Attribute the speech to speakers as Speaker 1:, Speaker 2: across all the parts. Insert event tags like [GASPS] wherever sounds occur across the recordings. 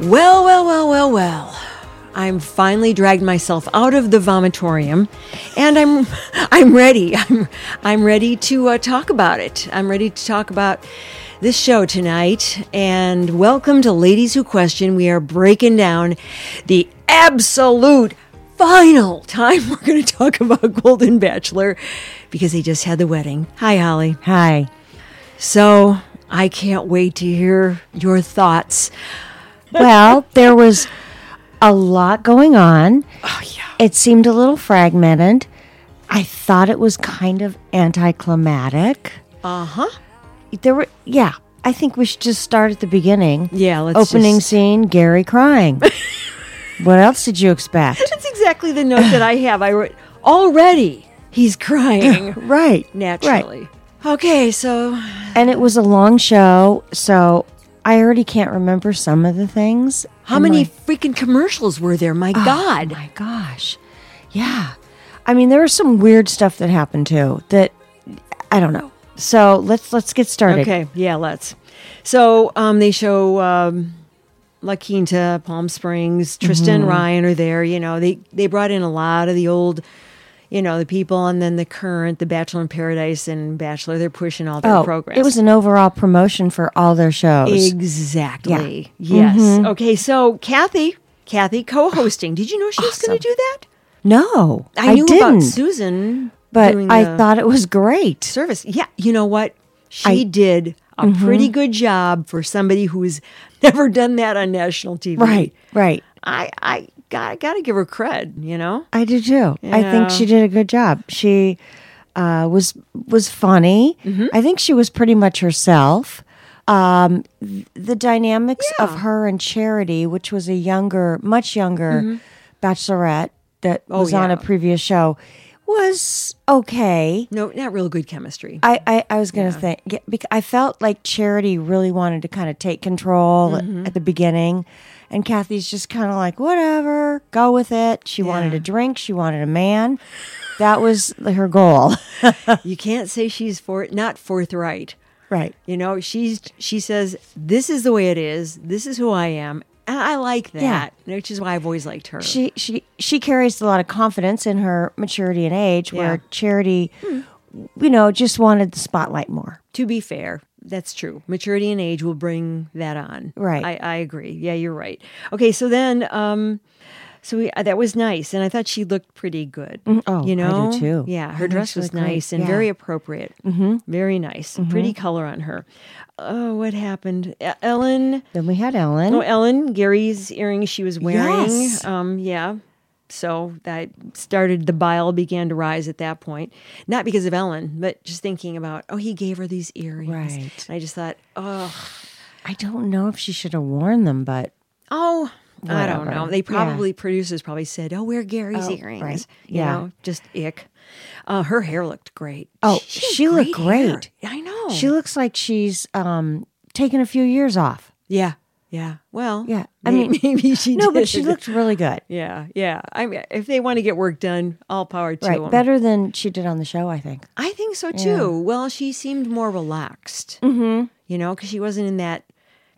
Speaker 1: Well, well, well, well, well. I'm finally dragged myself out of the vomitorium, and I'm [LAUGHS] I'm ready. [LAUGHS] I'm I'm ready to uh, talk about it. I'm ready to talk about this show tonight. And welcome to Ladies Who Question. We are breaking down the absolute final time [LAUGHS] we're going to talk about Golden Bachelor because they just had the wedding. Hi, Holly.
Speaker 2: Hi.
Speaker 1: So I can't wait to hear your thoughts.
Speaker 2: Well,
Speaker 1: [LAUGHS]
Speaker 2: there was a lot going on.
Speaker 1: Oh yeah.
Speaker 2: It seemed a little fragmented. I thought it was kind of anticlimactic.
Speaker 1: Uh huh.
Speaker 2: There were, yeah, I think we should just start at the beginning.
Speaker 1: Yeah, let's
Speaker 2: Opening
Speaker 1: just-
Speaker 2: scene
Speaker 1: [LAUGHS]
Speaker 2: Gary crying. what else did you expect?
Speaker 1: That's exactly the note that I have. I wrote already. He's [LAUGHS] crying
Speaker 2: Right.
Speaker 1: naturally. Okay, so
Speaker 2: And it was a long show, so I already can't remember some of the things.
Speaker 1: how many freaking commercials were there? Ah, My God.
Speaker 2: My gosh. Yeah. I mean, there was some weird stuff that happened too that I don't know. So let's let's get started.
Speaker 1: Okay, yeah, let's. So um, they show um, La Quinta, Palm Springs. Tristan and Ryan are there. You know, they they brought in a lot of the old, you know, the people, and then the current, the Bachelor in Paradise and Bachelor. They're pushing all their
Speaker 2: Oh,
Speaker 1: programs.
Speaker 2: it was an overall promotion for all their shows.
Speaker 1: exactly yes.
Speaker 2: Mm-hmm.
Speaker 1: Okay, so Kathy, Kathy
Speaker 2: [SIGHS]
Speaker 1: co-hosting. Did you know she was going to do that?
Speaker 2: no,
Speaker 1: I, knew
Speaker 2: didn't.
Speaker 1: about Susan,
Speaker 2: but
Speaker 1: doing
Speaker 2: I
Speaker 1: the
Speaker 2: thought it was great.
Speaker 1: service. Yeah, you know what? She did a
Speaker 2: Mm-hmm.
Speaker 1: pretty good job for somebody who's [LAUGHS] never done that on national TV.
Speaker 2: Right, right.
Speaker 1: I I got got to give her cred. You know.
Speaker 2: I do too. I
Speaker 1: Yeah.
Speaker 2: think she did a good job. She uh, was was funny.
Speaker 1: Mm-hmm.
Speaker 2: I think she was pretty much herself. Um, th- the dynamics of her and Charity, which was a younger, much younger bachelorette that was on a
Speaker 1: Mm-hmm. Oh, yeah.
Speaker 2: previous show, was okay.
Speaker 1: No, not real good chemistry.
Speaker 2: I, I, I was gonna think yeah, bec- I felt like Charity really wanted to kind of take control at, at the beginning, and Kathy's just kind of like whatever, go with it. She wanted a drink, she wanted a man. That was her goal, Uh.
Speaker 1: you can't say she's for not forthright.
Speaker 2: right?
Speaker 1: You know, she's she says this is the way it is. This is who I am, and I like that, which is why I've always liked her.
Speaker 2: She she she carries a lot of confidence in her maturity and age, where
Speaker 1: Yeah.
Speaker 2: Charity, you know, just wanted the spotlight more.
Speaker 1: to be fair, that's true. Maturity and age will bring that on.
Speaker 2: Right.
Speaker 1: I, I agree. Yeah, you're right. Okay, so then, um, so we, uh, that was nice, and I thought she looked pretty good.
Speaker 2: oh, I do
Speaker 1: you know,
Speaker 2: too.
Speaker 1: Yeah,
Speaker 2: I
Speaker 1: her
Speaker 2: think
Speaker 1: dress
Speaker 2: she
Speaker 1: was
Speaker 2: looked great.
Speaker 1: nice and
Speaker 2: Yeah.
Speaker 1: very appropriate. Mm-hmm. Very nice, pretty color on her. Oh, what happened, E- Ellen?
Speaker 2: Then we had Ellen.
Speaker 1: Oh, Ellen Gary's earrings she was wearing.
Speaker 2: Mm-hmm. Yes.
Speaker 1: Um, yeah. So that started the bile began to rise at that point. Not because of Ellen, but just thinking about, oh, he gave her these earrings.
Speaker 2: Right.
Speaker 1: And I just thought, oh,
Speaker 2: I don't know if she should have worn them, but
Speaker 1: oh, I don't
Speaker 2: Whatever.
Speaker 1: know. They
Speaker 2: Yeah.
Speaker 1: probably producers probably said, oh, wear Gary's earrings.
Speaker 2: right.
Speaker 1: You
Speaker 2: Yeah.
Speaker 1: know, just ick. Uh, her hair looked great.
Speaker 2: Oh,
Speaker 1: had
Speaker 2: she looked
Speaker 1: hair.
Speaker 2: great.
Speaker 1: I know.
Speaker 2: She looks like she's um taken a few years off.
Speaker 1: yeah, yeah. Well,
Speaker 2: Yeah.
Speaker 1: I
Speaker 2: I
Speaker 1: mean,
Speaker 2: mean-
Speaker 1: [LAUGHS] maybe she
Speaker 2: No, but
Speaker 1: did. [LAUGHS]
Speaker 2: she looked really good.
Speaker 1: Yeah, yeah. I mean, if they want to get work done, all power to
Speaker 2: Right.
Speaker 1: them.
Speaker 2: Better than she did on the show, I think.
Speaker 1: I think so too. Well, she seemed more relaxed,
Speaker 2: Mm-hmm.
Speaker 1: you know, because she wasn't in that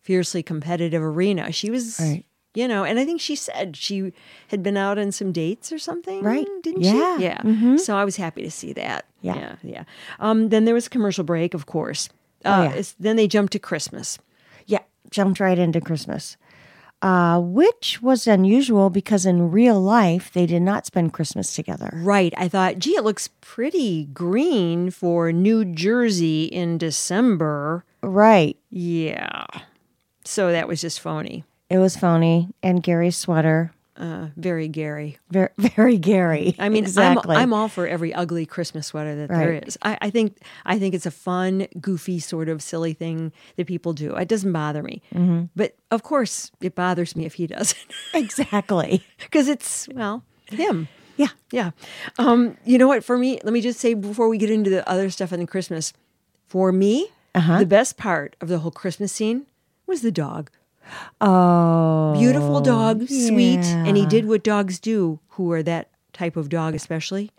Speaker 1: fiercely competitive arena. She was,
Speaker 2: Right.
Speaker 1: you know, and I think she said she had been out on some dates or something,
Speaker 2: Right.
Speaker 1: Didn't
Speaker 2: Yeah. Mm-hmm.
Speaker 1: she? Yeah. So I was happy to see that.
Speaker 2: Yeah.
Speaker 1: yeah. yeah. Um, then there was a commercial break, of course. Uh,
Speaker 2: Oh, yeah.
Speaker 1: it's- Then they jumped to Christmas.
Speaker 2: Yeah. Jumped right into Christmas. Uh, which was unusual because in real life they did not spend Christmas together.
Speaker 1: Right. I thought, gee, it looks pretty green for New Jersey in December.
Speaker 2: Right.
Speaker 1: Yeah. So that was just phony.
Speaker 2: It was phony and Gary's sweater.
Speaker 1: Uh, very Gary.
Speaker 2: Very, [LAUGHS] very Gary.
Speaker 1: I mean, I'm-
Speaker 2: exactly.
Speaker 1: I'm, all for every ugly Christmas sweater that there
Speaker 2: Right.
Speaker 1: is. I, I think I think it's a fun, goofy, sort of silly thing that people do. It doesn't bother me,
Speaker 2: Mm-hmm.
Speaker 1: but of course, it bothers me if he doesn't,
Speaker 2: [LAUGHS]
Speaker 1: [LAUGHS]
Speaker 2: exactly.
Speaker 1: because it's well him.
Speaker 2: Yeah.
Speaker 1: Yeah. Um, you know what? For me, let me just say before we get into the other stuff on the Christmas, for me,
Speaker 2: Uh-huh.
Speaker 1: the best part of the whole Christmas scene was the dog.
Speaker 2: Oh.
Speaker 1: Beautiful dog, sweet. And he
Speaker 2: yeah.
Speaker 1: did what dogs do, who are
Speaker 2: [LAUGHS]
Speaker 1: that type of dog especially,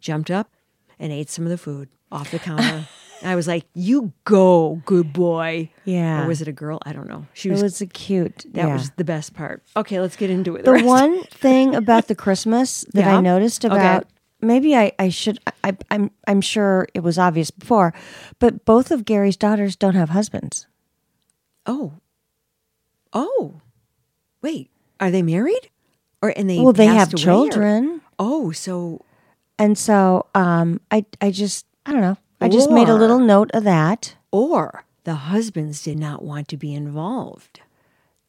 Speaker 1: jumped up and ate some of the food off the counter. I was like, "You go, good boy."
Speaker 2: Yeah.
Speaker 1: Or was it a girl? I don't know. She
Speaker 2: It
Speaker 1: was.
Speaker 2: was a cute.
Speaker 1: that
Speaker 2: yeah.
Speaker 1: was the best part. Okay, let's get into it.
Speaker 2: the
Speaker 1: rest.
Speaker 2: one thing about the
Speaker 1: [LAUGHS]
Speaker 2: Christmas that
Speaker 1: Yeah.
Speaker 2: I noticed
Speaker 1: Okay.
Speaker 2: about maybe I, I should I, I'm I'm sure it was obvious before, but both of Gary's daughters don't have husbands.
Speaker 1: Oh. Oh. Wait. Are they married? Or and they
Speaker 2: Well, they
Speaker 1: passed
Speaker 2: have
Speaker 1: away, or-
Speaker 2: children,
Speaker 1: Oh, so
Speaker 2: and so um, I I just I don't know. I just made a
Speaker 1: Or-
Speaker 2: little note of that.
Speaker 1: or the husbands did not want to be involved.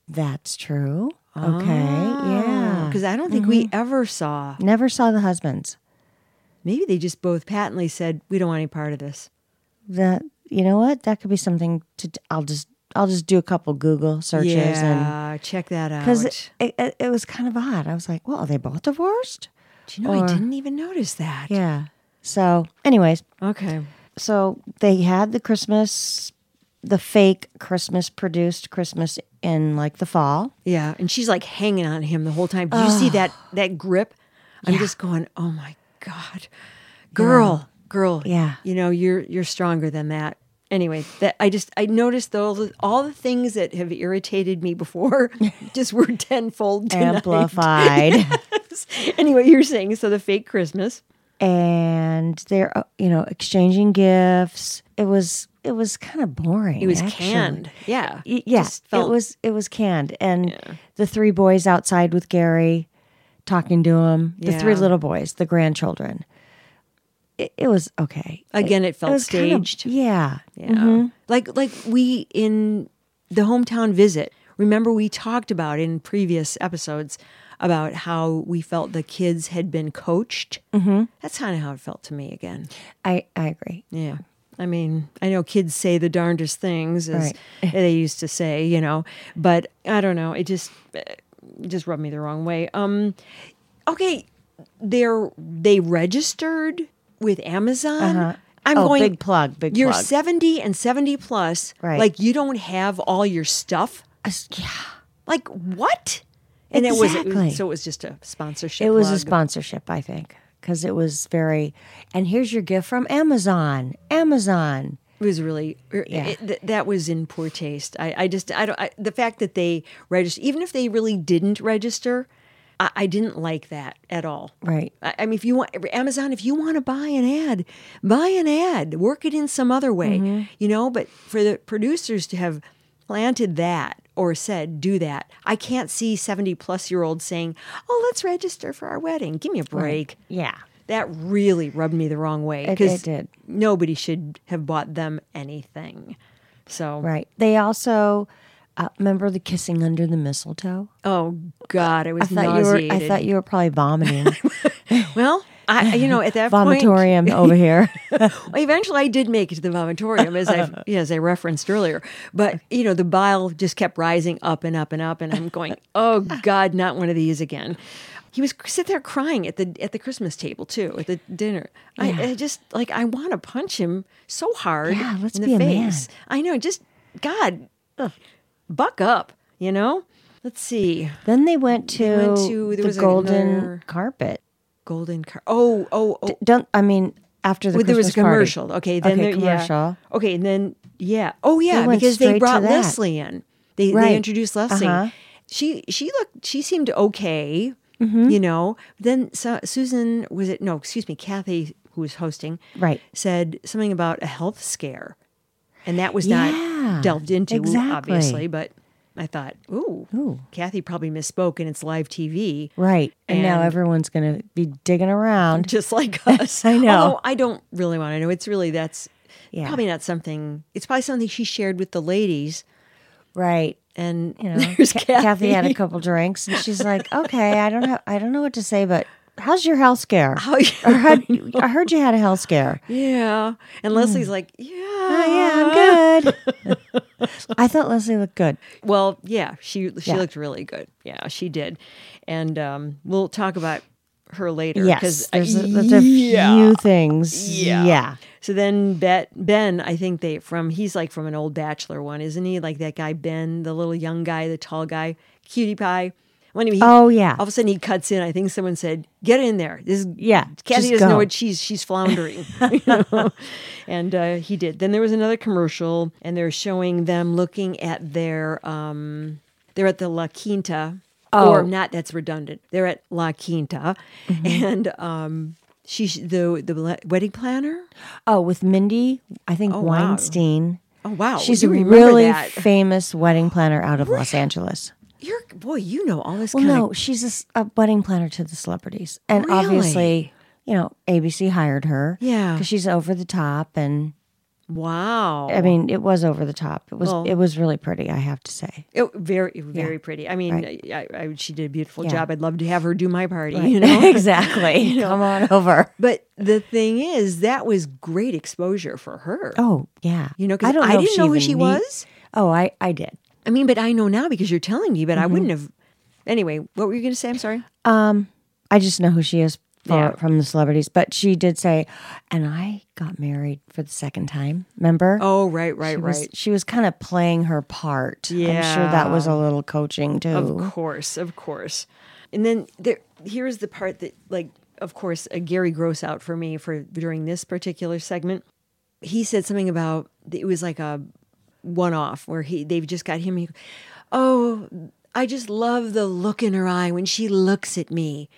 Speaker 2: That's true. Okay,
Speaker 1: Ah.
Speaker 2: yeah.
Speaker 1: Because I don't think we
Speaker 2: mm-hmm.
Speaker 1: ever saw.
Speaker 2: Never saw the husbands.
Speaker 1: Maybe they just both patently said, "We don't want any part of this."
Speaker 2: That you know what? That could be something to. I'll just I'll just do a couple Google searches and
Speaker 1: yeah, check that out.
Speaker 2: because it, it, it was kind of odd. I was like, well, are they both divorced?
Speaker 1: Do you know, I didn't even notice that.
Speaker 2: Yeah. So, anyways,
Speaker 1: Okay.
Speaker 2: so they had the Christmas, the fake Christmas produced Christmas in like the fall.
Speaker 1: Yeah, and she's like hanging on him the whole time. Did you see that
Speaker 2: Ah.
Speaker 1: that grip? I'm just going, "Oh my god. Girl, girl.
Speaker 2: Yeah.
Speaker 1: You know, you're you're stronger than that." Anyway, that I just I noticed those all the things that have irritated me
Speaker 2: [LAUGHS]
Speaker 1: before just were tenfold [LAUGHS] tonight.
Speaker 2: Amplified.
Speaker 1: [LAUGHS] anyway, you're saying so the fake Christmas.
Speaker 2: and they're, uh, you know, exchanging gifts. It was, it was kind of boring.
Speaker 1: It was
Speaker 2: actually.
Speaker 1: canned. Yeah.
Speaker 2: Y- yeah,
Speaker 1: Just felt-
Speaker 2: it was it was canned, and the three boys outside with Gary, talking to him. The three
Speaker 1: Yeah.
Speaker 2: little boys, the grandchildren. It, it was okay.
Speaker 1: again it
Speaker 2: It
Speaker 1: felt
Speaker 2: was kind of-
Speaker 1: staged.
Speaker 2: yeah, Mm-hmm.
Speaker 1: Yeah. mm-hmm. Like like we in the hometown visit. Remember we talked about in previous episodes about how we felt the kids had been coached. Mm-hmm. That's kind of how it felt to me again.
Speaker 2: I I agree.
Speaker 1: Yeah. I mean, I know kids say the darndest things as
Speaker 2: Right. [LAUGHS]
Speaker 1: they used to say, you know, but I don't know. It just it just rubbed me the wrong way. Um okay, they're they registered with Amazon. I'm
Speaker 2: Oh,
Speaker 1: going
Speaker 2: big plug, big
Speaker 1: You're
Speaker 2: plug.
Speaker 1: 70 and 70 plus.
Speaker 2: Right.
Speaker 1: Like you don't have all your stuff.
Speaker 2: Uh, yeah,
Speaker 1: Like what? And it was
Speaker 2: Exactly.
Speaker 1: so it was just a sponsorship.
Speaker 2: it was a
Speaker 1: plug.
Speaker 2: sponsorship, I think, because it was very. And here's your gift from Amazon. Amazon.
Speaker 1: It was really er, it, th- that was in poor taste. I, I just I don't I, the fact that they registered, even if they really didn't register, I, I didn't like that at all.
Speaker 2: Right.
Speaker 1: I, I mean, if you want Amazon, if you want to buy an ad, buy an ad, work it in some other way, you know. But for the producers to have planted that or said do that, I can't see seventy plus year olds saying, "Oh, let's register for our wedding." Give me a break
Speaker 2: Yeah.
Speaker 1: that really rubbed me the wrong way
Speaker 2: It-
Speaker 1: because
Speaker 2: it did.
Speaker 1: nobody should have bought them anything. So,
Speaker 2: Right. They also uh, remember the kissing under the mistletoe.
Speaker 1: oh god, I was
Speaker 2: I thought you
Speaker 1: nauseated.
Speaker 2: were. I thought you were probably
Speaker 1: [LAUGHS]
Speaker 2: vomiting.
Speaker 1: well, I you know at
Speaker 2: [LAUGHS]
Speaker 1: that point,
Speaker 2: Vomitorium over
Speaker 1: [LAUGHS]
Speaker 2: here. [LAUGHS]
Speaker 1: eventually I did make it to the vomitorium as I as I referenced earlier. But you know the bile just kept rising up and up and up, and I'm
Speaker 2: [LAUGHS]
Speaker 1: going, oh god, not one of these again. He was sit there crying at the at the Christmas table too at the dinner. I, I just like I want to punch him so hard
Speaker 2: Yeah, let's
Speaker 1: in the
Speaker 2: be a man.
Speaker 1: face. I know, just God, ugh, buck up, you know? Let's see.
Speaker 2: Then they went to,
Speaker 1: went to- there
Speaker 2: the
Speaker 1: was
Speaker 2: golden
Speaker 1: another-
Speaker 2: carpet.
Speaker 1: Golden car. Oh, oh, oh.
Speaker 2: Don't I mean after the
Speaker 1: Well, there was a
Speaker 2: Christmas party.
Speaker 1: commercial. Okay, then
Speaker 2: Okay,
Speaker 1: there, Yeah.
Speaker 2: commercial.
Speaker 1: Okay, and then yeah. Oh yeah,
Speaker 2: They went
Speaker 1: because
Speaker 2: straight
Speaker 1: they
Speaker 2: to
Speaker 1: brought
Speaker 2: that.
Speaker 1: Leslie in. They,
Speaker 2: Right.
Speaker 1: they introduced Leslie.
Speaker 2: Uh-huh.
Speaker 1: She she looked she seemed okay,
Speaker 2: Mm-hmm.
Speaker 1: you know. Then Su- Susan was it no, excuse me, Kathy who was hosting,
Speaker 2: Right.
Speaker 1: said something about a health scare. And that was
Speaker 2: Yeah,
Speaker 1: not delved into
Speaker 2: exactly.
Speaker 1: obviously, but I thought, ooh,
Speaker 2: Ooh.
Speaker 1: Kathy probably misspoke and it's live TV.
Speaker 2: Right. And, now
Speaker 1: And-
Speaker 2: everyone's going to be digging around.
Speaker 1: just like us.
Speaker 2: I know.
Speaker 1: Although I don't really want to know. It's really that's
Speaker 2: Yeah.
Speaker 1: probably not something. It's probably something she shared with the ladies.
Speaker 2: [LAUGHS] Right.
Speaker 1: And
Speaker 2: You know,
Speaker 1: [LAUGHS] there's
Speaker 2: Ca-
Speaker 1: Kathy. [LAUGHS]
Speaker 2: had a couple drinks and she's like, "Okay, I don't have I don't know what to say, but how's your health scare?
Speaker 1: How-
Speaker 2: [LAUGHS] I
Speaker 1: [LAUGHS]
Speaker 2: heard, I heard you had a health scare."
Speaker 1: Oh, yeah, and Leslie's like, yeah,
Speaker 2: Oh, [LAUGHS] yeah, I'm good. I thought Leslie looked good.
Speaker 1: Well, yeah, she she
Speaker 2: Yeah.
Speaker 1: looked really good. Yeah, she did. And um, we'll talk about her later.
Speaker 2: Yes.
Speaker 1: 'cause,
Speaker 2: There's a,
Speaker 1: uh,
Speaker 2: there's a
Speaker 1: yeah.
Speaker 2: few things.
Speaker 1: Yeah.
Speaker 2: yeah.
Speaker 1: So then Bet, Ben, I think they from he's like from an old bachelor one, isn't he? Like that guy Ben, the little young guy, the tall guy, cutie pie. When he,
Speaker 2: Oh, yeah.
Speaker 1: all of a sudden he cuts in. I think someone said, "Get in there." This
Speaker 2: Yeah,
Speaker 1: Kathy
Speaker 2: just
Speaker 1: doesn't know
Speaker 2: go.
Speaker 1: what she's she's floundering. [LAUGHS] you know? And uh, he did. Then there was another commercial, and they're showing them looking at their um, they're at the La Quinta. Or
Speaker 2: Oh.
Speaker 1: not, that's redundant. They're at La Quinta,
Speaker 2: Mm-hmm.
Speaker 1: and um, she the the wedding planner.
Speaker 2: Oh, with Mindy, I think
Speaker 1: wow.
Speaker 2: Weinstein.
Speaker 1: Oh wow,
Speaker 2: She's
Speaker 1: you
Speaker 2: a
Speaker 1: remember
Speaker 2: really
Speaker 1: that.
Speaker 2: famous wedding planner out of Los Angeles.
Speaker 1: You're boy, you know all this
Speaker 2: Well,
Speaker 1: kind
Speaker 2: no, she's a s- a, wedding planner to the celebrities, and
Speaker 1: Really?
Speaker 2: obviously, you know, ABC hired her.
Speaker 1: Yeah.
Speaker 2: because she's over the top, and
Speaker 1: of wow.
Speaker 2: I mean, it was over the top. It was
Speaker 1: Well-
Speaker 2: it was really pretty, I have to say.
Speaker 1: It, very, very pretty. I mean, I, I, she did a beautiful
Speaker 2: Yeah.
Speaker 1: job. I'd love to have her do my party, you know.
Speaker 2: [LAUGHS] exactly. Come on over.
Speaker 1: [LAUGHS] but the thing is, that was great exposure for her.
Speaker 2: Oh yeah,
Speaker 1: You know, 'cause I
Speaker 2: if
Speaker 1: didn't know who
Speaker 2: even
Speaker 1: she
Speaker 2: need-
Speaker 1: was.
Speaker 2: Oh, I I did.
Speaker 1: I mean, but I know now because you're telling me. But I wouldn't have. Anyway, what were you going to say? I'm sorry.
Speaker 2: Um, I just know who she is for,
Speaker 1: Yeah.
Speaker 2: from the celebrities. But she did say, and I got married for the second time. Remember?
Speaker 1: Oh, right, right,
Speaker 2: She
Speaker 1: right.
Speaker 2: was, she was kind of playing her part. I'm sure
Speaker 1: Yeah.
Speaker 2: that was a little coaching too.
Speaker 1: Of course, of course. And then there, here's the part that, like, of course, a Gary Gross out for me for during this particular segment. He said something about it was like a one-off where he they've just got him. He, oh, I just love the look in her eye when she looks at me.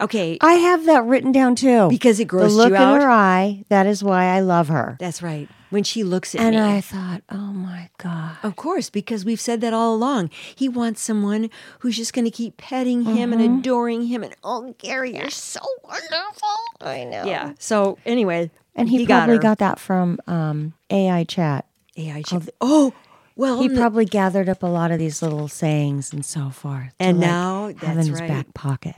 Speaker 1: Okay,
Speaker 2: I have that written down too.
Speaker 1: Because it grossed
Speaker 2: the look
Speaker 1: you
Speaker 2: in
Speaker 1: out?
Speaker 2: her eye. That is why I love her.
Speaker 1: that's right. When she looks at
Speaker 2: And
Speaker 1: me,
Speaker 2: I thought, oh my god,
Speaker 1: Of course, because we've said that all along. He wants someone who's just going to keep petting him
Speaker 2: Mm-hmm.
Speaker 1: and adoring him. And oh, Gary, you're so wonderful.
Speaker 2: I know.
Speaker 1: Yeah. So anyway,
Speaker 2: And he,
Speaker 1: got
Speaker 2: probably
Speaker 1: her.
Speaker 2: got, that from um, AI chat.
Speaker 1: AI chip. Oh, well,
Speaker 2: He
Speaker 1: n-
Speaker 2: probably gathered up a lot of these little sayings and so forth. to,
Speaker 1: And
Speaker 2: like,
Speaker 1: now
Speaker 2: have
Speaker 1: that's
Speaker 2: in his
Speaker 1: right.
Speaker 2: back pocket.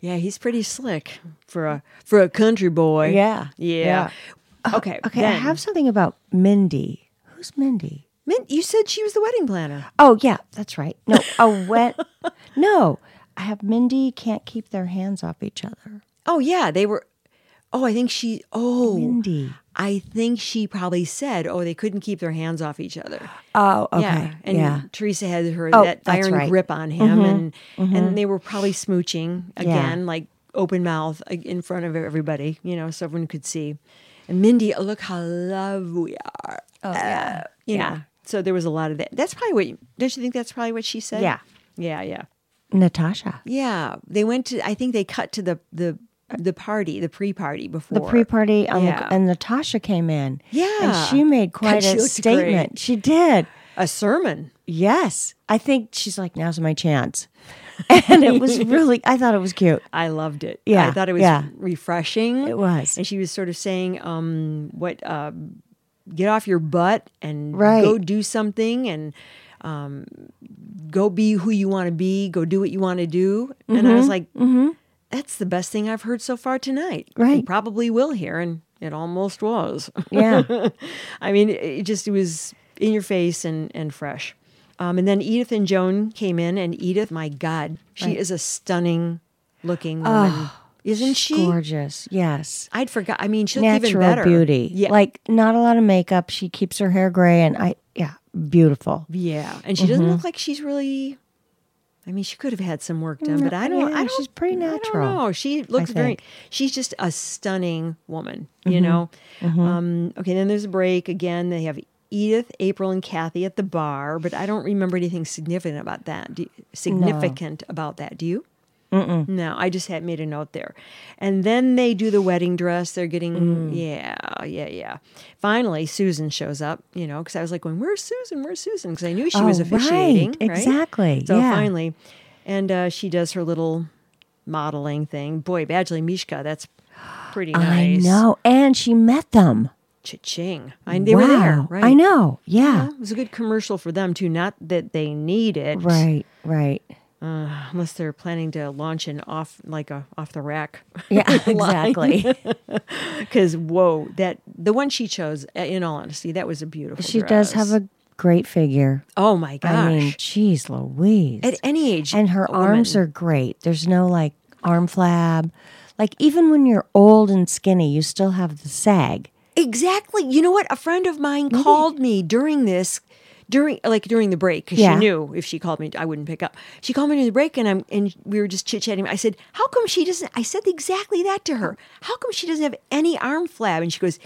Speaker 1: yeah, he's pretty slick for a for a country boy.
Speaker 2: Yeah.
Speaker 1: Yeah. Oh, Okay.
Speaker 2: Okay, I
Speaker 1: then.
Speaker 2: have something about Mindy. Who's Mindy?
Speaker 1: Min- You said she was the wedding planner.
Speaker 2: Oh yeah, that's right. No,
Speaker 1: [LAUGHS]
Speaker 2: a wet. no, I have Mindy can't keep their hands off each other.
Speaker 1: Oh yeah, they were. Oh, I think she. Oh,
Speaker 2: Mindy.
Speaker 1: I think she probably said, "Oh, they couldn't keep their hands off each other."
Speaker 2: Oh, okay.
Speaker 1: Yeah,
Speaker 2: Yeah. Oh,
Speaker 1: and Teresa had her that
Speaker 2: that's
Speaker 1: iron
Speaker 2: right. Mm-hmm,
Speaker 1: grip on him, and and they were probably smooching again, like open mouth like, in front of everybody, you know, so everyone could see. And Mindy, oh, look how love we are. Oh yeah, you
Speaker 2: yeah.
Speaker 1: know. So there was a lot of that. That's probably what. You, don't you think that's probably what she said?
Speaker 2: Yeah.
Speaker 1: yeah, yeah,
Speaker 2: Natasha.
Speaker 1: yeah. They went to. I think they cut to the the the party, the pre party before
Speaker 2: Uh, The pre-party on
Speaker 1: Yeah.
Speaker 2: the, and Natasha came in.
Speaker 1: Yeah.
Speaker 2: and she made quite
Speaker 1: she
Speaker 2: a
Speaker 1: looked great.
Speaker 2: statement. She did.
Speaker 1: a sermon.
Speaker 2: Yes, I think she's like, now's my chance, [LAUGHS] and it
Speaker 1: [LAUGHS]
Speaker 2: was really. I thought it was cute.
Speaker 1: I loved it. I
Speaker 2: Yeah,
Speaker 1: thought it was
Speaker 2: yeah.
Speaker 1: refreshing.
Speaker 2: It was.
Speaker 1: and she was sort of saying, um, "What, uh, get off your butt and
Speaker 2: Right.
Speaker 1: go do something and um, go be who you want to be. Go do what you want to do." And I
Speaker 2: Mm-hmm,
Speaker 1: was like, "That's the best thing I've heard so far tonight. And
Speaker 2: Right.
Speaker 1: probably will hear, and it almost was. [LAUGHS]
Speaker 2: Yeah.
Speaker 1: I mean, it- it just it was in your face and and fresh. Um, and then Edith and Joan came in, and Edith, my God, she is a stunning looking woman, isn't she?
Speaker 2: Ah, Gorgeous. Yes.
Speaker 1: I'd forgot. I mean, she looked even
Speaker 2: natural
Speaker 1: better.
Speaker 2: beauty.
Speaker 1: yeah,
Speaker 2: Like not a lot of makeup. She keeps her hair gray and I yeah, beautiful.
Speaker 1: yeah, and she doesn't
Speaker 2: Mm-hmm.
Speaker 1: look like she's really. I mean, she could have had some work done, but I don't. I
Speaker 2: yeah,
Speaker 1: don't.
Speaker 2: she's pretty
Speaker 1: I
Speaker 2: natural,
Speaker 1: don't know. She looks very.
Speaker 2: think. Mm-hmm.
Speaker 1: She's just a stunning woman. You know. Um, okay, then there's a break again. They have Edith, April, and Kathy at the bar, but I don't remember anything significant about that. Do, significant about that? Do you? No, I just had made a note there. And then they do the wedding dress. They're getting
Speaker 2: Mm.
Speaker 1: yeah, yeah, yeah. Finally, Susan shows up. You know, because I was like, "When where's Susan? Where's Susan?" Because I knew she was
Speaker 2: Oh, right,
Speaker 1: officiating. Right,
Speaker 2: exactly,
Speaker 1: So
Speaker 2: yeah.
Speaker 1: finally, and uh, she does her little modeling thing. Boy, Badgley Mishka, that's pretty
Speaker 2: I
Speaker 1: nice.
Speaker 2: know. And she met them.
Speaker 1: Cha-ching! I, they were there,
Speaker 2: Wow.
Speaker 1: right?
Speaker 2: I know. Yeah.
Speaker 1: It was a good commercial for them too. Not that they need it,
Speaker 2: Right,
Speaker 1: [LAUGHS]
Speaker 2: right.
Speaker 1: Uh, unless they're planning to launch an off like a off the rack.
Speaker 2: Yeah, exactly.
Speaker 1: [LAUGHS] Because whoa, that the one she chose. uh, In all honesty, that was a beautiful.
Speaker 2: she
Speaker 1: dress.
Speaker 2: does have a great figure.
Speaker 1: Oh my gosh!
Speaker 2: I mean, geez Louise.
Speaker 1: At any age,
Speaker 2: and her
Speaker 1: a woman-
Speaker 2: arms are great. There's no like arm flab. Like even when you're old and skinny, you still have the sag.
Speaker 1: exactly. You know what? A friend of mine called me during this during like during the break 'cause
Speaker 2: Yeah.
Speaker 1: she knew if she called me I wouldn't pick up. She called me during the break and I'm and we were just chit chatting. I said, "How come she doesn't?" I said exactly that to her. How come she doesn't have any arm flab? And she goes.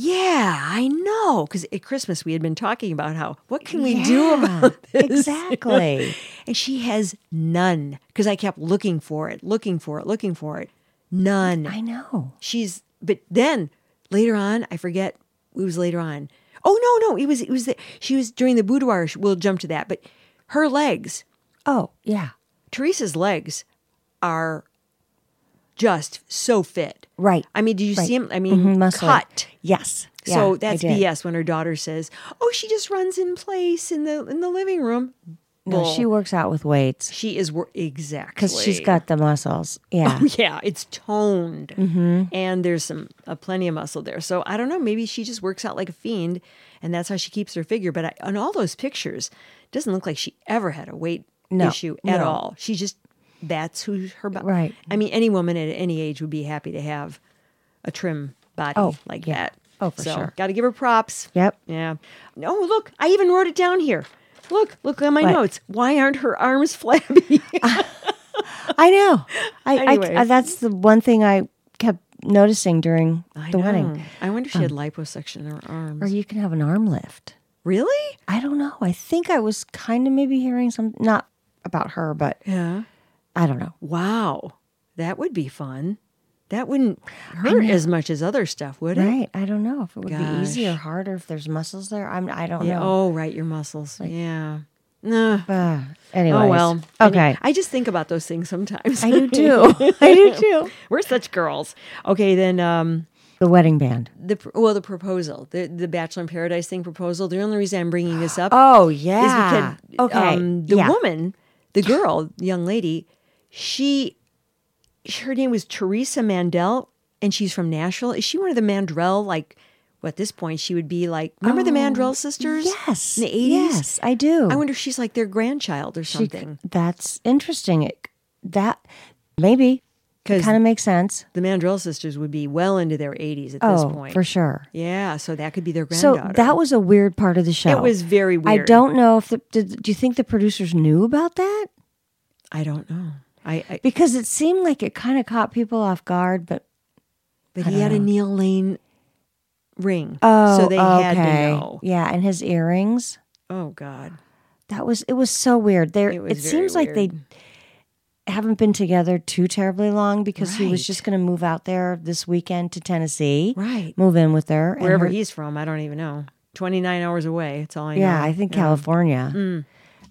Speaker 1: Yeah, I know. Because at Christmas we had been talking about how what can we do
Speaker 2: [LAUGHS]
Speaker 1: about
Speaker 2: Yeah,
Speaker 1: this [LAUGHS]
Speaker 2: Exactly.
Speaker 1: and she has none because I kept looking for it, looking for it, looking for it. None.
Speaker 2: I know.
Speaker 1: She's but then later on, I forget it was later on. Oh no, no, it was it was the, she was during the boudoir. sh- We'll jump to that, but her legs,
Speaker 2: Oh, yeah.
Speaker 1: Teresa's legs, are just so fit.
Speaker 2: Right.
Speaker 1: I mean, did you see him? I mean,
Speaker 2: Mhm, muscly.
Speaker 1: cut.
Speaker 2: Yes. Yeah,
Speaker 1: So
Speaker 2: I
Speaker 1: that's
Speaker 2: did.
Speaker 1: BS when her daughter says, "Oh, she just runs in place in the in the living room."
Speaker 2: No,
Speaker 1: Bull.
Speaker 2: she works out with weights
Speaker 1: She is wor- exactly
Speaker 2: because she's got the muscles. Yeah.
Speaker 1: [LAUGHS] yeah, it's toned,
Speaker 2: Mm-hmm.
Speaker 1: and there's some uh, plenty of muscle there. So I don't know. Maybe she just works out like a fiend, and that's how she keeps her figure. But I, on all those pictures, it doesn't look like she ever had a weight
Speaker 2: No,
Speaker 1: issue at
Speaker 2: no.
Speaker 1: all. She just that's who her body.
Speaker 2: Right.
Speaker 1: I mean, any woman at any age would be happy to have a trim body
Speaker 2: Oh,
Speaker 1: like
Speaker 2: yeah.
Speaker 1: that.
Speaker 2: Oh, for
Speaker 1: So,
Speaker 2: sure.
Speaker 1: Got to give her props.
Speaker 2: Yep.
Speaker 1: Yeah. Oh, look! I even wrote it down here. Look! Look at my
Speaker 2: What?
Speaker 1: notes. Why aren't her arms [LAUGHS] flabby?
Speaker 2: I know. I,
Speaker 1: Anyway.
Speaker 2: I, I that's the one thing I kept noticing during
Speaker 1: I
Speaker 2: the
Speaker 1: know.
Speaker 2: wedding.
Speaker 1: I wonder if she had liposuction in her arms.
Speaker 2: Or you can have an arm lift.
Speaker 1: really?
Speaker 2: I don't know. I think I was kind of maybe hearing some not about her, but
Speaker 1: Yeah.
Speaker 2: I don't know.
Speaker 1: Wow. That would be fun. That wouldn't hurt as much as other stuff, would it?
Speaker 2: Right? I don't know if it would be easy or
Speaker 1: Gosh.
Speaker 2: hard or if there's muscles there. I'm. I don't
Speaker 1: Yeah.
Speaker 2: know.
Speaker 1: Oh, right. Your muscles. yeah. Nah.
Speaker 2: Uh, anyways.
Speaker 1: Oh, well.
Speaker 2: Okay.
Speaker 1: I just think about those things sometimes.
Speaker 2: [LAUGHS]
Speaker 1: [LAUGHS]
Speaker 2: I do too. I do too.
Speaker 1: We're such girls. Okay, then um
Speaker 2: The wedding band.
Speaker 1: the pr- well the proposal, the the Bachelor in Paradise thing proposal. The only reason I'm bringing this up
Speaker 2: Oh
Speaker 1: is
Speaker 2: yeah.
Speaker 1: because
Speaker 2: okay.
Speaker 1: um, the
Speaker 2: yeah.
Speaker 1: woman, the girl, the young lady, she, her name was Teresa Mandel, and she's from Nashville. Is she one of the Mandrell? Like, well, at this point, she would be like, remember the Mandrell sisters?
Speaker 2: Oh, Yes.
Speaker 1: in the eighties.
Speaker 2: Yes, I do.
Speaker 1: I wonder if she's like their grandchild or
Speaker 2: She-
Speaker 1: something.
Speaker 2: that's interesting. It, that maybe
Speaker 1: 'Cause-
Speaker 2: kind of makes sense.
Speaker 1: the Mandrell sisters would be well into their eighties at this
Speaker 2: Oh,
Speaker 1: point.
Speaker 2: for sure.
Speaker 1: Yeah, so that could be their granddaughter.
Speaker 2: So that was a weird part of the show.
Speaker 1: it was very weird.
Speaker 2: I don't know if the did, do you think the producers knew about that
Speaker 1: I don't know. I, I
Speaker 2: because it seemed like it kind of caught people off guard, but
Speaker 1: but he had a Neil Lane ring, so they had to know.
Speaker 2: Oh, Yeah, and his earrings.
Speaker 1: Oh God.
Speaker 2: That was it was so weird. There
Speaker 1: It
Speaker 2: it,
Speaker 1: was very
Speaker 2: seems like they haven't been together too terribly long because he was
Speaker 1: Right.
Speaker 2: just going to move out there this weekend to Tennessee.
Speaker 1: Right.
Speaker 2: Move in with her and
Speaker 1: Wherever
Speaker 2: her-
Speaker 1: he's from, I don't even know. 29 hours away. It's all I
Speaker 2: Yeah,
Speaker 1: know. Mm.
Speaker 2: I think California.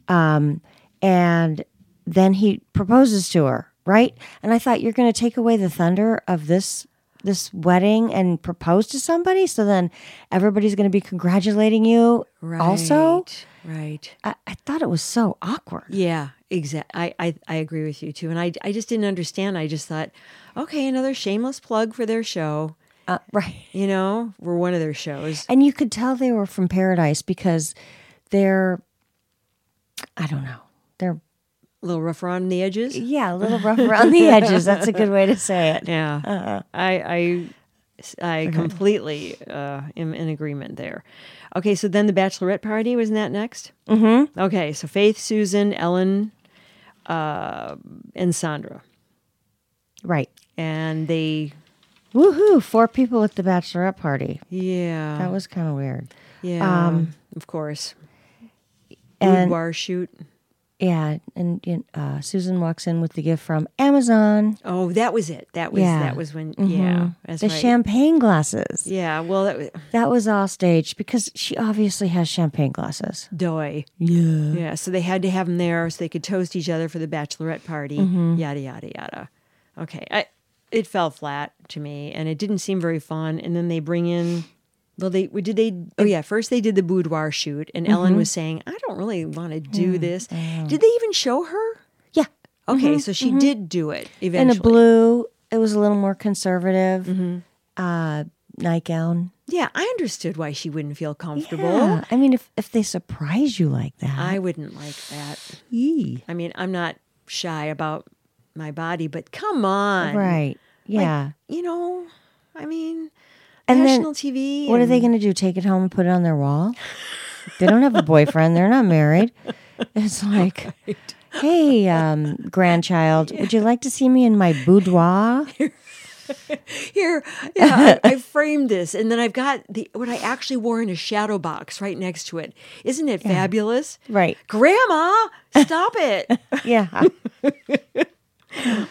Speaker 2: Um and then he proposes to her, right? And I thought you're going to take away the thunder of this this wedding and propose to somebody so then everybody's going to be congratulating you also
Speaker 1: Right, right.
Speaker 2: I, I thought it was so awkward
Speaker 1: Yeah, exactly. I, I, I agree with you too. And I, I just didn't understand. I just thought, okay, another shameless plug for their show.
Speaker 2: uh, right
Speaker 1: You know, we're one of their shows.
Speaker 2: And you could tell they were from paradise because they're, I don't know, they're,
Speaker 1: A little rough around the edges.
Speaker 2: yeah, a little rough
Speaker 1: [LAUGHS]
Speaker 2: around the edges. That's a good way to say it.
Speaker 1: Yeah.
Speaker 2: Uh-huh.
Speaker 1: I, I, I completely uh, am in agreement there. Okay, so then the bachelorette party, wasn't that next? Mm-hmm. Okay, so Faith, Susan, Ellen, uh, and Sandra.
Speaker 2: Right.
Speaker 1: and they
Speaker 2: Woohoo. Four people at the bachelorette party.
Speaker 1: yeah
Speaker 2: That was kind of weird.
Speaker 1: yeah of course
Speaker 2: And
Speaker 1: boudoir shoot
Speaker 2: yeah, and you know, uh, Susan walks in with the gift from Amazon.
Speaker 1: oh that was it that was
Speaker 2: Yeah. Mm-hmm.
Speaker 1: that was when yeah that's
Speaker 2: the
Speaker 1: right
Speaker 2: champagne glasses.
Speaker 1: yeah well that was
Speaker 2: That was all staged because she obviously has champagne glasses.
Speaker 1: doy
Speaker 2: Yeah.
Speaker 1: yeah so they had to have them there so they could toast each other for the bachelorette party
Speaker 2: Mm-hmm.
Speaker 1: yada yada yada okay I, it fell flat to me and it didn't seem very fun and then they bring in well they did they oh yeah first they did the boudoir shoot and ellen
Speaker 2: Mm-hmm.
Speaker 1: was saying i don't really want to do
Speaker 2: Mm,
Speaker 1: this did they even show her
Speaker 2: Yeah.
Speaker 1: Okay, so she did do it
Speaker 2: Mm-hmm, And
Speaker 1: eventually.
Speaker 2: a blue, it was a little more conservative uh, nightgown.
Speaker 1: yeah, I understood why she wouldn't feel comfortable.
Speaker 2: Yeah. I mean, if, if they surprise you like that,
Speaker 1: I wouldn't like that.
Speaker 2: Yee.
Speaker 1: I mean, I'm not shy about my body, but come on.
Speaker 2: right? Yeah.
Speaker 1: You know, I mean,
Speaker 2: And then
Speaker 1: national TV.
Speaker 2: what are
Speaker 1: and-
Speaker 2: they going to do? Take it home and put it on their wall? They don't have a boyfriend. They're not [LAUGHS] married. It's like, hey, um, grandchild, would you like to see me in my boudoir?
Speaker 1: [LAUGHS] Here, yeah, I, I framed this, and then I've got the what I actually wore in a shadow box right next to it. Isn't it fabulous?
Speaker 2: [LAUGHS] Right.
Speaker 1: Grandma, stop
Speaker 2: [LAUGHS]
Speaker 1: it. [LAUGHS]
Speaker 2: Yeah. uh,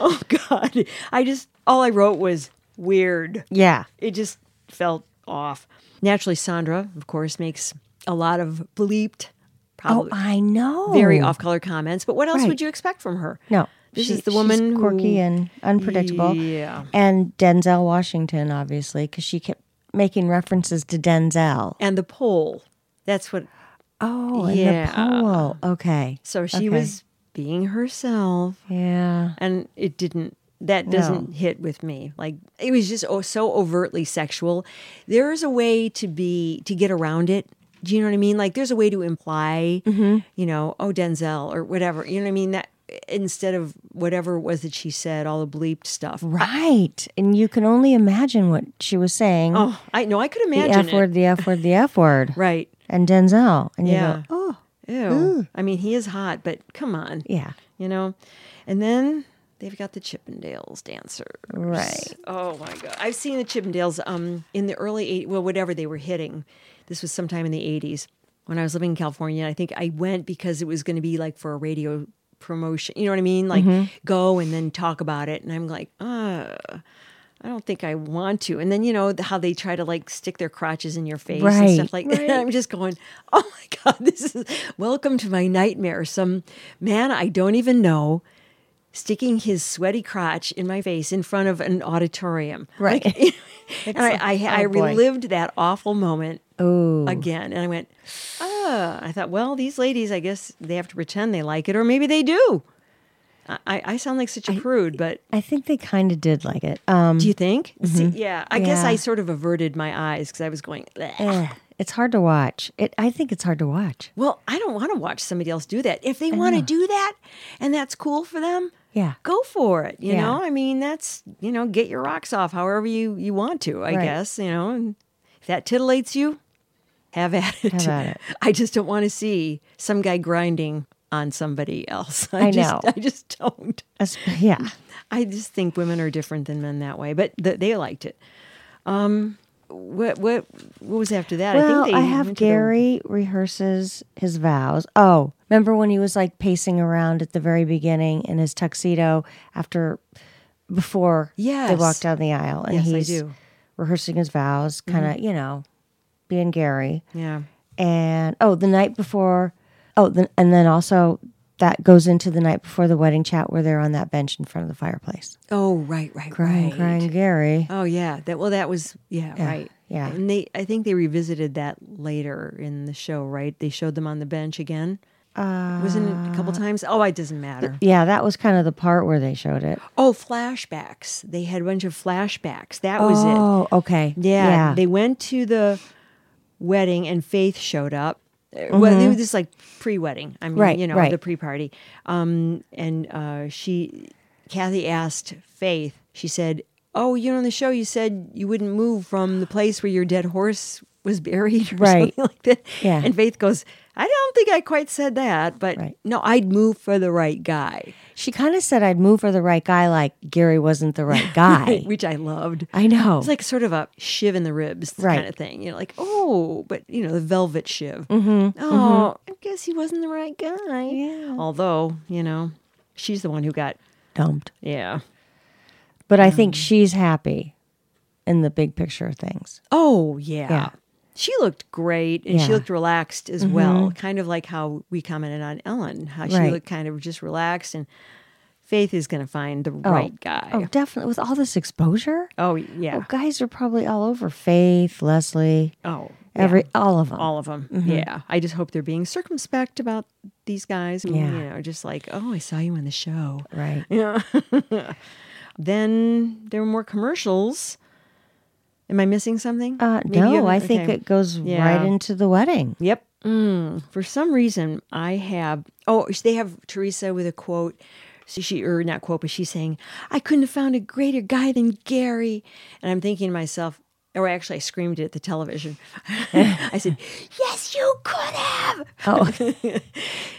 Speaker 1: oh God, I just all I wrote was weird.
Speaker 2: Yeah.
Speaker 1: It just felt off. Naturally, Sandra, of course, makes a lot of bleeped,
Speaker 2: Oh,
Speaker 1: probably
Speaker 2: I know.
Speaker 1: very off color comments. But what else
Speaker 2: Right.
Speaker 1: would you expect from her?
Speaker 2: No.
Speaker 1: This
Speaker 2: she-
Speaker 1: is the
Speaker 2: she's
Speaker 1: woman who-
Speaker 2: quirky and unpredictable.
Speaker 1: Yeah.
Speaker 2: And Denzel Washington, obviously, because she kept making references to Denzel.
Speaker 1: And the poll. That's what.
Speaker 2: Oh, and
Speaker 1: Yeah.
Speaker 2: the pole. Okay.
Speaker 1: So she
Speaker 2: Okay.
Speaker 1: was being herself,
Speaker 2: Yeah.
Speaker 1: and it didn't. That doesn't hit with me. Like it was just oh, so overtly sexual. There is a way to be to get around it. Do you know what I mean? Like there's a way to imply,
Speaker 2: Mm-hmm.
Speaker 1: you know, oh Denzel or whatever. You know what I mean? That instead of whatever it was that she said, all the bleeped stuff.
Speaker 2: Right. And you can only imagine what she was saying.
Speaker 1: Oh, I know. I could
Speaker 2: the
Speaker 1: imagine
Speaker 2: F
Speaker 1: it.
Speaker 2: word, the F word, the F word.
Speaker 1: Right.
Speaker 2: And Denzel. And
Speaker 1: Yeah.
Speaker 2: you go, oh,
Speaker 1: Ew. I mean, he is hot, but come on.
Speaker 2: yeah.
Speaker 1: You know? And then they've got the Chippendales dancers.
Speaker 2: Right.
Speaker 1: Oh my god. I've seen the Chippendales um in the early 80s, well whatever they were hitting. This was sometime in the 80s when I was living in California. I think I went because it was going to be like for a radio promotion. You know what I mean? Like go and then talk about it and I'm like, "Uh, I don't think I want to." And then you know the- how they try to like stick their crotches in your face and stuff
Speaker 2: Right.
Speaker 1: like that. [LAUGHS] I'm just going, "Oh my god, this is welcome to my nightmare. Some man I don't even know." sticking his sweaty crotch in my face in front of an auditorium.
Speaker 2: Right. [LAUGHS]
Speaker 1: Like, [LAUGHS] and I, I, I
Speaker 2: oh, boy.
Speaker 1: relived that awful moment
Speaker 2: Ooh.
Speaker 1: again. And I went, oh, I thought, well, these ladies, I guess they have to pretend they like it, or maybe they do. I- I, I sound like such a prude, but
Speaker 2: I think they kind of did like it. Um,
Speaker 1: do you think? See, yeah, I guess
Speaker 2: Yeah.
Speaker 1: I sort of averted my eyes because I was going, "Bleh."
Speaker 2: eh, it's hard to watch. It. I think it's hard to watch.
Speaker 1: well, I don't want to watch somebody else do that. If they want to do that and that's cool for them,
Speaker 2: Yeah.
Speaker 1: go for it you
Speaker 2: Yeah.
Speaker 1: know i mean that's you know get your rocks off however you you want to i
Speaker 2: Right.
Speaker 1: guess you know and if that titillates you have at it
Speaker 2: Have at it.
Speaker 1: [LAUGHS] i just don't want to see some guy grinding on somebody else [LAUGHS]
Speaker 2: I
Speaker 1: just
Speaker 2: know.
Speaker 1: i just don't
Speaker 2: As- yeah.
Speaker 1: i just think women are different than men that way but th- they liked it um what what what was after that
Speaker 2: Well, I,
Speaker 1: i think they
Speaker 2: have
Speaker 1: went to the-
Speaker 2: Gary rehearses his vows. Oh, remember when he was like pacing around at the very beginning in his tuxedo after before they
Speaker 1: Yes.
Speaker 2: walked down the aisle and
Speaker 1: Yes, I
Speaker 2: he's
Speaker 1: do. Mm-hmm.
Speaker 2: rehearsing his vows, kind of, you know, being Gary.
Speaker 1: yeah
Speaker 2: And oh, the night before oh, the, and then also that goes into the night before the wedding chat where they're on that bench in front of the fireplace.
Speaker 1: oh right right
Speaker 2: Crying,
Speaker 1: right
Speaker 2: crying Gary.
Speaker 1: Oh yeah, that well that was yeah, right
Speaker 2: yeah.
Speaker 1: and they I think they revisited that later in the show right they showed them on the bench again uh, wasn't it a couple times oh it doesn't matter
Speaker 2: Yeah, that was kind of the part where they showed it.
Speaker 1: oh flashbacks they had a bunch of flashbacks that was it
Speaker 2: oh, okay.
Speaker 1: yeah, they went to the wedding and Faith showed up. Uh, Well, it was just like pre-wedding. I mean,
Speaker 2: Mm-hmm. Right,
Speaker 1: you know,
Speaker 2: right.
Speaker 1: the pre-party. Um, and uh, she, Kathy asked Faith. She said, "Oh, you know, on the show you said you wouldn't move from the place where your dead horse was buried, or
Speaker 2: Right.
Speaker 1: Something [LAUGHS] like that."
Speaker 2: Yeah.
Speaker 1: And Faith goes, "I don't think I quite said that, but
Speaker 2: Right.
Speaker 1: no, I'd move for the right guy,"
Speaker 2: She kind of said I'd move for the right guy, like Gary wasn't the right guy.
Speaker 1: [LAUGHS] which I loved.
Speaker 2: I know.
Speaker 1: It's like sort of a shiv in the ribs kind
Speaker 2: Right.
Speaker 1: of thing. You know, like, oh, but you know, the velvet shiv. Mm-hmm. Oh, I guess he wasn't the right guy.
Speaker 2: Yeah.
Speaker 1: Although, you know, she's the one who got,
Speaker 2: dumped.
Speaker 1: yeah.
Speaker 2: But I
Speaker 1: Mm.
Speaker 2: think she's happy in the big picture of things.
Speaker 1: Oh, yeah.
Speaker 2: Yeah.
Speaker 1: She looked great and she
Speaker 2: Yeah. Mm-hmm.
Speaker 1: looked relaxed as well, kind of like how we commented on Ellen, how she
Speaker 2: Right.
Speaker 1: looked kind of just relaxed. And Faith is going to find the right guy.
Speaker 2: Oh, definitely. With all this exposure,
Speaker 1: Oh, yeah.
Speaker 2: oh, guys are probably all over Faith, Leslie,
Speaker 1: Oh,
Speaker 2: every all of them.
Speaker 1: all of them.
Speaker 2: Mm-hmm.
Speaker 1: Yeah. I just hope they're being circumspect about these guys. and,
Speaker 2: Yeah.
Speaker 1: You know, just like, oh, I saw you on the show.
Speaker 2: right.
Speaker 1: Then there were more commercials. Am I missing something?
Speaker 2: Uh,
Speaker 1: Maybe you
Speaker 2: no,
Speaker 1: haven't-
Speaker 2: I think
Speaker 1: okay.
Speaker 2: it goes
Speaker 1: Yeah.
Speaker 2: right into
Speaker 1: [LAUGHS]
Speaker 2: the wedding.
Speaker 1: Yep. Mm. For some reason, I have. Oh, they have Teresa with a quote. So she or not quote, but she's saying, "I couldn't have found a greater guy than Gary." And I'm thinking to myself, or actually I screamed it at the television. [LAUGHS] I said, "Yes, you could have."
Speaker 2: Oh,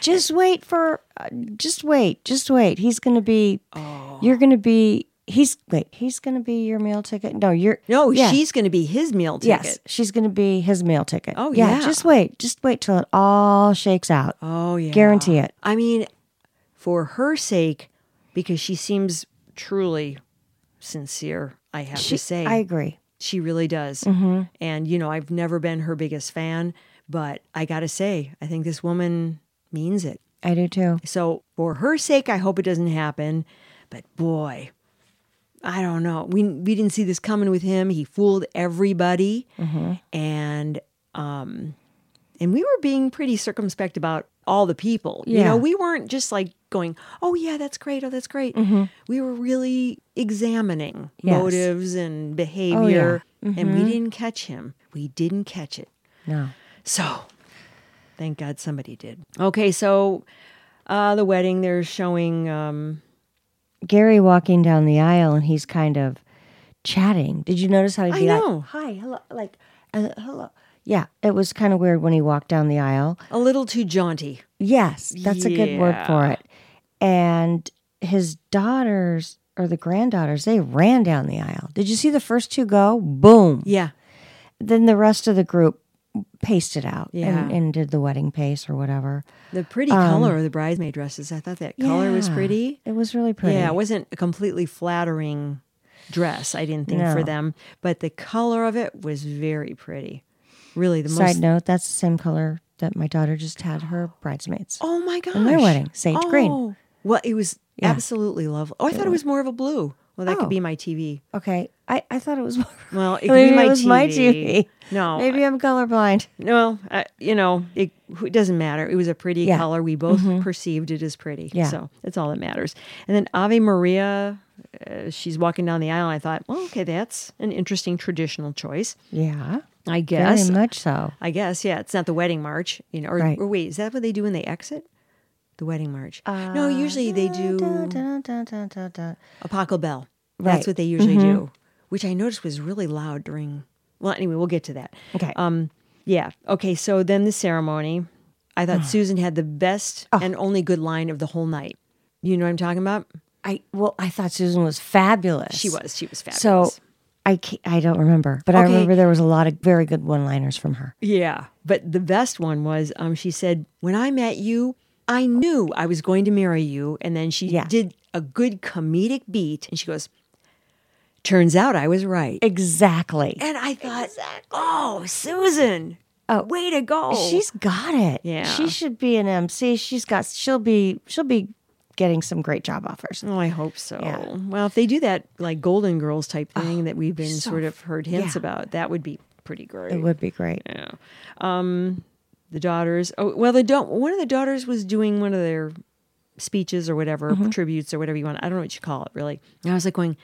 Speaker 2: just wait for, uh, just wait, just wait. He's going to be,
Speaker 1: Oh.
Speaker 2: you're going to be, he's, wait, he's going to be your meal ticket. No, you're,
Speaker 1: No,
Speaker 2: yeah,
Speaker 1: she's going to be his meal ticket.
Speaker 2: yes, she's going to be his meal ticket.
Speaker 1: Oh, yeah.
Speaker 2: Just wait, just wait till it all shakes out.
Speaker 1: Oh yeah.
Speaker 2: Guarantee it.
Speaker 1: I mean, for her sake, because she seems truly sincere. I have to say,
Speaker 2: I Mm-hmm. agree.
Speaker 1: she really does. And you know, I've never been her biggest fan, but I got to say, I think this woman means it.
Speaker 2: I do too.
Speaker 1: So, for her sake, I hope it doesn't happen. But boy, I don't know. We we didn't see this coming with him. He fooled everybody,
Speaker 2: Mm-hmm.
Speaker 1: and um, and we were being pretty circumspect about all the people. You
Speaker 2: Yeah.
Speaker 1: know, we weren't just like going, "Oh yeah, that's great. Oh, that's great." We were really examining
Speaker 2: Mm-hmm. Yes. Oh, Mm-hmm.
Speaker 1: motives and behavior, and we didn't catch him. We didn't catch it.
Speaker 2: No.
Speaker 1: So, thank God somebody did. Okay, so uh, the wedding they're showing. Um,
Speaker 2: Gary walking down the aisle and he's kind of chatting. Did you notice how he'd
Speaker 1: I
Speaker 2: be
Speaker 1: know.
Speaker 2: like, "Hi, hello," like, uh, "Hello." Yeah, it was kind of weird when he walked down the aisle.
Speaker 1: a little too jaunty.
Speaker 2: Yes, that's a good word for it. And his daughters or the granddaughters, they ran down the aisle. Did you see the first two go? Boom.
Speaker 1: Yeah,
Speaker 2: Then the rest of the group paced it out
Speaker 1: Yeah.
Speaker 2: and, and did the wedding pace or whatever.
Speaker 1: the pretty color of the bridesmaid dresses. I thought that color was
Speaker 2: Um, Yeah,
Speaker 1: pretty.
Speaker 2: It was really pretty.
Speaker 1: Yeah, it wasn't a completely flattering dress. I didn't think for
Speaker 2: No.
Speaker 1: them, but the color of it was very pretty. Really, the
Speaker 2: Side
Speaker 1: most.
Speaker 2: note, that's the same color that my daughter just had her bridesmaids.
Speaker 1: Oh my gosh!
Speaker 2: their wedding, sage green.
Speaker 1: Oh, Well, it was absolutely lovely. Oh, I thought it was more of a blue. Well, that
Speaker 2: Oh.
Speaker 1: could be my TV.
Speaker 2: Okay, I, I thought it was more. [LAUGHS]
Speaker 1: Well, it could
Speaker 2: Maybe
Speaker 1: be my
Speaker 2: it was
Speaker 1: TV.
Speaker 2: my TV.
Speaker 1: No,
Speaker 2: Maybe I'm colorblind.
Speaker 1: No, uh, you know, it, it doesn't matter. It was a pretty
Speaker 2: Yeah. Mm-hmm.
Speaker 1: color. We both perceived it as pretty.
Speaker 2: Yeah.
Speaker 1: So that's all that matters. And then Ave Maria, uh, she's walking down the aisle. I thought, well, okay, that's an interesting traditional choice.
Speaker 2: Yeah,
Speaker 1: I guess.
Speaker 2: very much so.
Speaker 1: I guess, yeah. It's not the wedding march, you know. Or,
Speaker 2: Right.
Speaker 1: or wait, is that what they do when they exit? The wedding march.
Speaker 2: Uh,
Speaker 1: no, usually they do
Speaker 2: Dun, dun, dun, dun, dun, dun.
Speaker 1: Apocalypse Bell.
Speaker 2: Right. Mm-hmm.
Speaker 1: That's what they usually do, which I noticed was really loud during. Well, anyway, we'll get to that.
Speaker 2: Okay.
Speaker 1: Um, yeah. Okay. So then the ceremony, I
Speaker 2: [SIGHS]
Speaker 1: thought Susan had the best
Speaker 2: Ah.
Speaker 1: and only good line of the whole night. You know what I'm talking about?
Speaker 2: I well, I thought Susan was fabulous.
Speaker 1: She was. She was fabulous.
Speaker 2: So I ca- I don't remember, but I
Speaker 1: Okay.
Speaker 2: remember there was a lot of very good one-liners from her.
Speaker 1: yeah. But the best one was um, she said, "When I met you, I knew I was going to marry you," and then she
Speaker 2: Yeah.
Speaker 1: did a good comedic beat, and she goes, "Turns out I was right."
Speaker 2: E Exactly.
Speaker 1: And I thought, "Oh, Susan,
Speaker 2: Oh.
Speaker 1: way to go!"
Speaker 2: She's got it.
Speaker 1: Yeah.
Speaker 2: She should be an MC. She's got. She'll be. She'll be getting some great job offers.
Speaker 1: Oh, I hope so.
Speaker 2: Yeah. Oh,
Speaker 1: Well, if they do that like Golden Girls type thing that we've been sort of heard hints
Speaker 2: yeah.
Speaker 1: about, that would be pretty great.
Speaker 2: It would be great.
Speaker 1: Yeah. Um, the daughters. Oh, well, the don't. One of the daughters was doing one of their speeches or whatever
Speaker 2: Mm-hmm.
Speaker 1: tributes or whatever you want. I don't know what you call it really. And I was like going,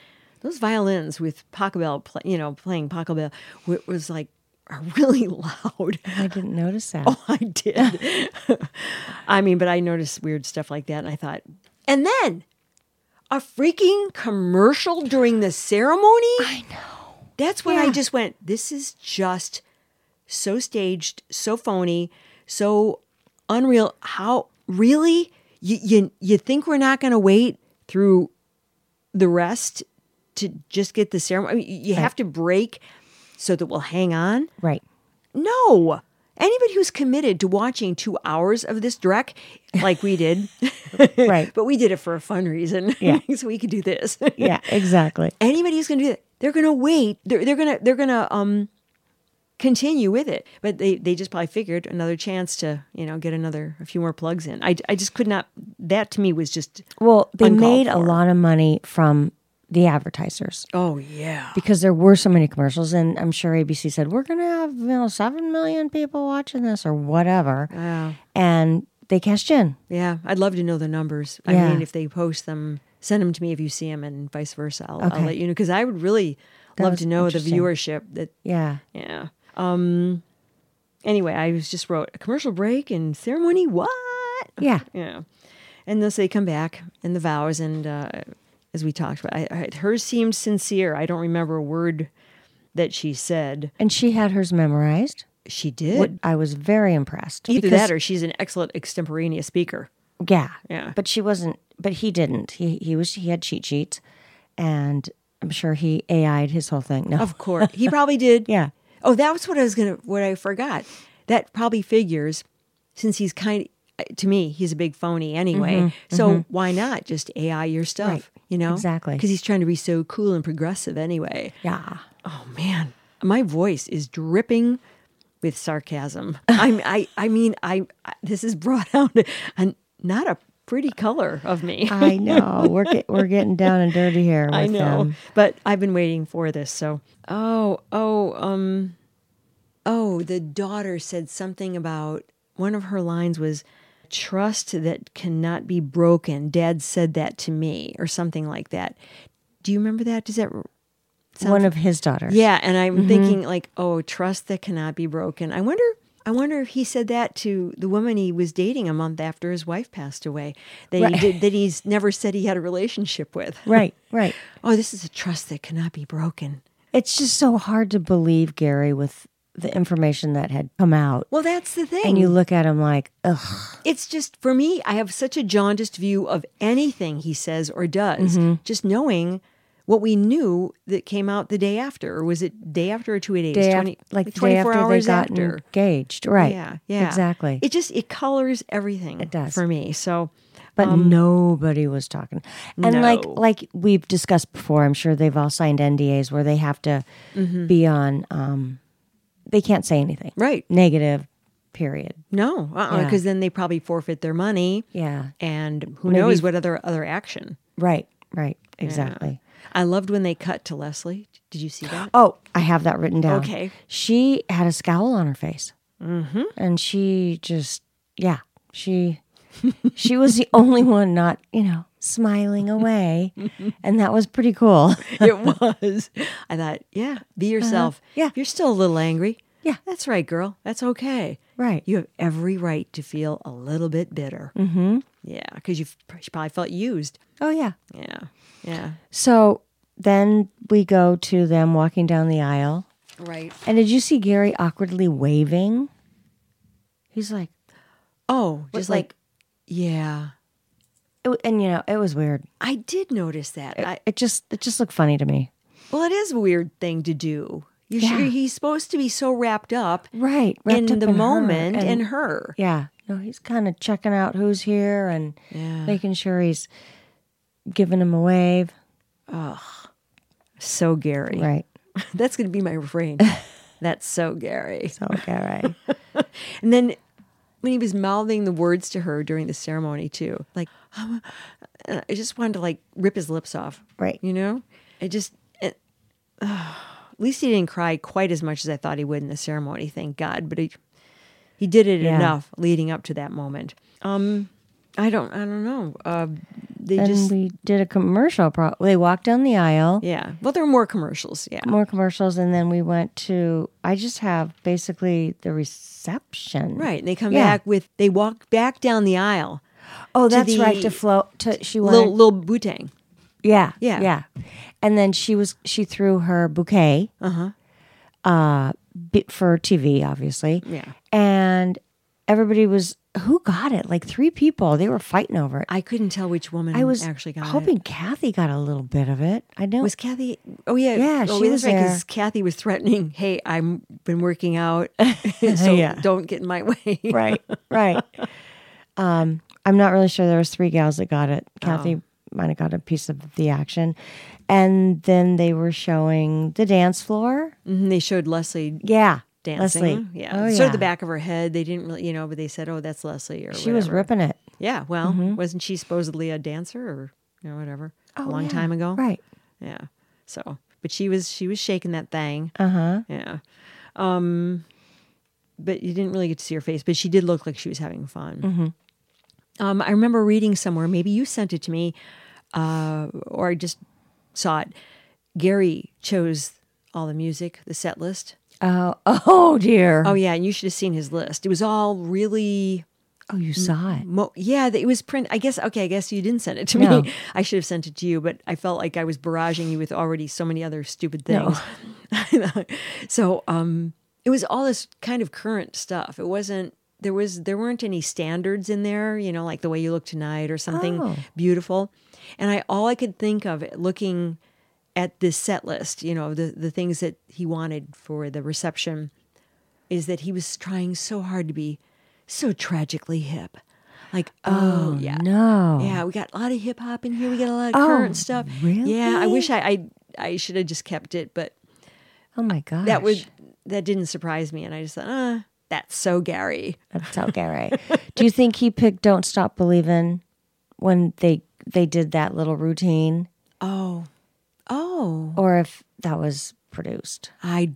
Speaker 1: those violins with Pachelbel, pl- you know, playing Pachelbel w- was like are [LAUGHS] really loud.
Speaker 2: I didn't notice that.
Speaker 1: [LAUGHS] I did. I mean, but I noticed weird stuff like that, and I thought, and then a freaking commercial during the ceremony. I know. That's when I just went. This is just so staged, so phony, so unreal. How really you you, you think we're not going to wait through the rest to just get the ceremony? I mean, you- you have to break so that we'll hang on. [LAUGHS]
Speaker 2: Right.
Speaker 1: No. Anybody who's committed to watching two hours of this dreck, like we
Speaker 2: [LAUGHS]
Speaker 1: did,
Speaker 2: Right.
Speaker 1: but we did it for a fun reason. [LAUGHS]
Speaker 2: Yeah.
Speaker 1: so we could do this.
Speaker 2: [LAUGHS] yeah. Exactly.
Speaker 1: Anybody who's going to do that, they're going to wait. They're, they're going to they're going to um continue with it. But they they just probably figured another chance to you know get another a few more plugs in. I I just could not. That to me was just
Speaker 2: Well, they
Speaker 1: uncalled
Speaker 2: made a
Speaker 1: for.
Speaker 2: lot of money from the advertisers
Speaker 1: Oh yeah.
Speaker 2: because there were so many commercials, and I'm sure ABC said we're going to have you know seven million people watching this or whatever, and they cashed in.
Speaker 1: Yeah, I'd love to know the numbers. I
Speaker 2: Yeah.
Speaker 1: mean, if they post them, send them to me if you see them, and vice versa. I'll, I'll
Speaker 2: Okay.
Speaker 1: let you know because I would really love
Speaker 2: was
Speaker 1: to know the
Speaker 2: interesting.
Speaker 1: viewership. That
Speaker 2: Yeah,
Speaker 1: yeah. Um. Anyway, I was just wrote a commercial break and ceremony. What?
Speaker 2: yeah,
Speaker 1: Yeah. And thus they come back and the vows and uh, as we talked about, I, I, hers seemed sincere. I don't remember a word that she said
Speaker 2: And she had hers memorized.
Speaker 1: she did.
Speaker 2: What- I was very impressed.
Speaker 1: Either
Speaker 2: because-
Speaker 1: that or she's an excellent extemporaneous speaker.
Speaker 2: yeah,
Speaker 1: Yeah.
Speaker 2: But she wasn't. But he didn't. He he was. He had cheat sheets, and I'm sure he AI'd his whole thing. No,
Speaker 1: Of course. He probably did.
Speaker 2: [LAUGHS] Yeah.
Speaker 1: Oh, that was what I was going to, what I forgot. That probably figures since he's kind to me, he's a big phony anyway.
Speaker 2: Mm-hmm,
Speaker 1: so why not just AI your stuff, you know?
Speaker 2: Exactly.
Speaker 1: Because he's trying to be so cool and progressive anyway.
Speaker 2: yeah.
Speaker 1: Oh, man. My voice is dripping with
Speaker 2: [LAUGHS]
Speaker 1: sarcasm. I'm, I, I mean, I, I, this has brought [LAUGHS] out a, not a pretty color of me.
Speaker 2: I know. We're get, we're getting down and dirty here.
Speaker 1: [LAUGHS]
Speaker 2: With um,
Speaker 1: I know,
Speaker 2: Them.
Speaker 1: but I've been waiting for this. So, oh, oh, um, oh, the daughter said something about one of her lines was trust that cannot be broken. Dad said that to me, or something like that. Do you remember that? Does that?
Speaker 2: One of his daughters.
Speaker 1: Yeah, and I'm thinking like, oh, trust that cannot be broken. I wonder. I wonder if he said that to the woman he was dating a month after his wife passed away. That he did, that he's never said he had a relationship with.
Speaker 2: Right. Right.
Speaker 1: Oh, this is a trust that cannot be broken.
Speaker 2: It's just so hard to believe Gary with the information that had come out,
Speaker 1: Well, that's the thing.
Speaker 2: and you look at him like, ugh.
Speaker 1: it's just for me, I have such a jaundiced view of anything he says or does,
Speaker 2: Mm-hmm.
Speaker 1: just knowing what we knew that came out the day after, or was it day after or two days?
Speaker 2: Day af-
Speaker 1: 20
Speaker 2: like the day
Speaker 1: 24
Speaker 2: after
Speaker 1: hours
Speaker 2: they got
Speaker 1: after.
Speaker 2: engaged. Right.
Speaker 1: Yeah, yeah.
Speaker 2: Exactly.
Speaker 1: It just, it colors everything it
Speaker 2: does.
Speaker 1: for me. So,
Speaker 2: but nobody was talking and like
Speaker 1: Um, No.
Speaker 2: like we've discussed before i'm sure they've all signed ndas where they have to
Speaker 1: Mm-hmm.
Speaker 2: be on um they can't say anything
Speaker 1: right.
Speaker 2: negative period
Speaker 1: No, uh-uh,
Speaker 2: Yeah.
Speaker 1: because then they probably forfeit their money
Speaker 2: yeah
Speaker 1: and who
Speaker 2: Maybe-
Speaker 1: knows what other other action.
Speaker 2: right right exactly
Speaker 1: I loved when they cut to Leslie. Did you see that?
Speaker 2: oh i have that written down
Speaker 1: Okay.
Speaker 2: she had a scowl on her face mm-hmm. and she just yeah she she was the [LAUGHS] only one not you know smiling
Speaker 1: [LAUGHS]
Speaker 2: away and that was pretty cool [LAUGHS]
Speaker 1: it was. I thought, yeah, be yourself.
Speaker 2: Uh-huh. Yeah.
Speaker 1: If You're still a little angry.
Speaker 2: Yeah.
Speaker 1: That's right, girl. That's okay.
Speaker 2: right
Speaker 1: You have every right to feel a little bit bitter. Mm-hmm. Yeah, because you probably felt used.
Speaker 2: oh yeah
Speaker 1: Yeah. Yeah.
Speaker 2: So then we go to them walking down the aisle.
Speaker 1: Right.
Speaker 2: And did you see Gary awkwardly waving? He's like,
Speaker 1: Oh, just like,
Speaker 2: like-
Speaker 1: yeah.
Speaker 2: it, and you know, it was weird.
Speaker 1: I did notice that. I,
Speaker 2: It just, it just looked funny to me.
Speaker 1: well, it is a weird thing to do. You should,
Speaker 2: Yeah.
Speaker 1: he's supposed to be so wrapped up
Speaker 2: Right. wrapped
Speaker 1: in
Speaker 2: up
Speaker 1: the
Speaker 2: her,
Speaker 1: moment and, her.
Speaker 2: yeah. No, he's kind of checking out who's here and
Speaker 1: Yeah.
Speaker 2: making sure he's giving him a wave.
Speaker 1: So Gary.
Speaker 2: Right.
Speaker 1: [LAUGHS] That's going to be my
Speaker 2: [LAUGHS]
Speaker 1: refrain. That's so Gary.
Speaker 2: So Gary.
Speaker 1: And then when he was mouthing the words to her during the ceremony too, like um, uh, I just wanted to like rip his lips off.
Speaker 2: Right.
Speaker 1: You know, I just. It, at least he didn't cry quite as much as I thought he would in the ceremony. Thank God, but he he did it
Speaker 2: Yeah.
Speaker 1: enough leading up to that moment. Um, I don't. I don't know. Uh, they
Speaker 2: and
Speaker 1: just.
Speaker 2: we did a commercial. Pro- they walked down the aisle.
Speaker 1: Yeah. Well, there were more commercials. Yeah.
Speaker 2: more commercials and then we went to i just have basically the reception
Speaker 1: Right. And they come
Speaker 2: Yeah.
Speaker 1: back with. They walk back down the aisle.
Speaker 2: oh
Speaker 1: to
Speaker 2: that's right
Speaker 1: the
Speaker 2: to float to she wanted
Speaker 1: Little little Butang.
Speaker 2: yeah
Speaker 1: Yeah.
Speaker 2: yeah and then she was she threw her bouquet uh-huh uh bit for tv obviously
Speaker 1: Yeah.
Speaker 2: and everybody was who got it like three people they were fighting over it
Speaker 1: I couldn't tell which woman
Speaker 2: i was
Speaker 1: actually got it.
Speaker 2: hoping kathy got a little bit of it i know
Speaker 1: Was Kathy? Oh yeah,
Speaker 2: Yeah,
Speaker 1: Oh,
Speaker 2: she
Speaker 1: that's
Speaker 2: was
Speaker 1: right, 'cause
Speaker 2: there.
Speaker 1: Kathy was threatening, "Hey, I've been working out, [LAUGHS] so
Speaker 2: [LAUGHS] Yeah.
Speaker 1: don't get in my way." [LAUGHS]
Speaker 2: right right um i'm not really sure there was three gals that got it
Speaker 1: Oh.
Speaker 2: kathy might have got a piece of the action and then they were showing the dance floor
Speaker 1: Mhm, They showed Leslie
Speaker 2: yeah
Speaker 1: dancing.
Speaker 2: Leslie.
Speaker 1: Yeah,
Speaker 2: oh,
Speaker 1: showed
Speaker 2: yeah.
Speaker 1: the back of her head. They didn't really, you know, but they said, "Oh, that's Leslie." Or
Speaker 2: she was
Speaker 1: whatever.
Speaker 2: Mm-hmm. ripping it
Speaker 1: Yeah. Well, wasn't she supposedly a dancer or you know whatever a long
Speaker 2: Oh, yeah.
Speaker 1: time ago?
Speaker 2: right
Speaker 1: Yeah. So, but she was she was shaking that thing.
Speaker 2: uh-huh
Speaker 1: Yeah. Um, but you didn't really get to see her face, but she did look like she was having fun. Um, I remember reading somewhere, maybe you sent it to me, uh, or I just saw it. Gary chose all the music, the set list.
Speaker 2: oh oh dear
Speaker 1: Oh yeah, and you should have seen his list. It was all really,
Speaker 2: oh
Speaker 1: mm,
Speaker 2: you saw it
Speaker 1: mo- yeah, it was print. I guess okay, I guess you didn't send it to [LAUGHS]
Speaker 2: No.
Speaker 1: me. I should have sent it to you, but I felt like I was barraging you with already so many other stupid things. [LAUGHS] so um, it was all this kind of current stuff. It wasn't there was there weren't any standards in there, you know, like the way you look tonight or something
Speaker 2: Oh.
Speaker 1: beautiful. And I all I could think of looking at this set list, you know, the the things that he wanted for the reception is that he was trying so hard to be so tragically hip. Like, oh, yeah.
Speaker 2: no.
Speaker 1: Yeah, we got a lot of hip hop in here. We got a lot of
Speaker 2: Oh,
Speaker 1: current stuff.
Speaker 2: really?
Speaker 1: Yeah, I wish I I, I should have just kept it, but
Speaker 2: Oh my gosh.
Speaker 1: that would that didn't surprise me and I just thought, uh, that's so Gary.
Speaker 2: That's how Gary.
Speaker 1: [LAUGHS]
Speaker 2: Do you think he picked "Don't Stop Believin'" when they they did that little routine,
Speaker 1: Oh. Oh.
Speaker 2: or if that was produced?
Speaker 1: I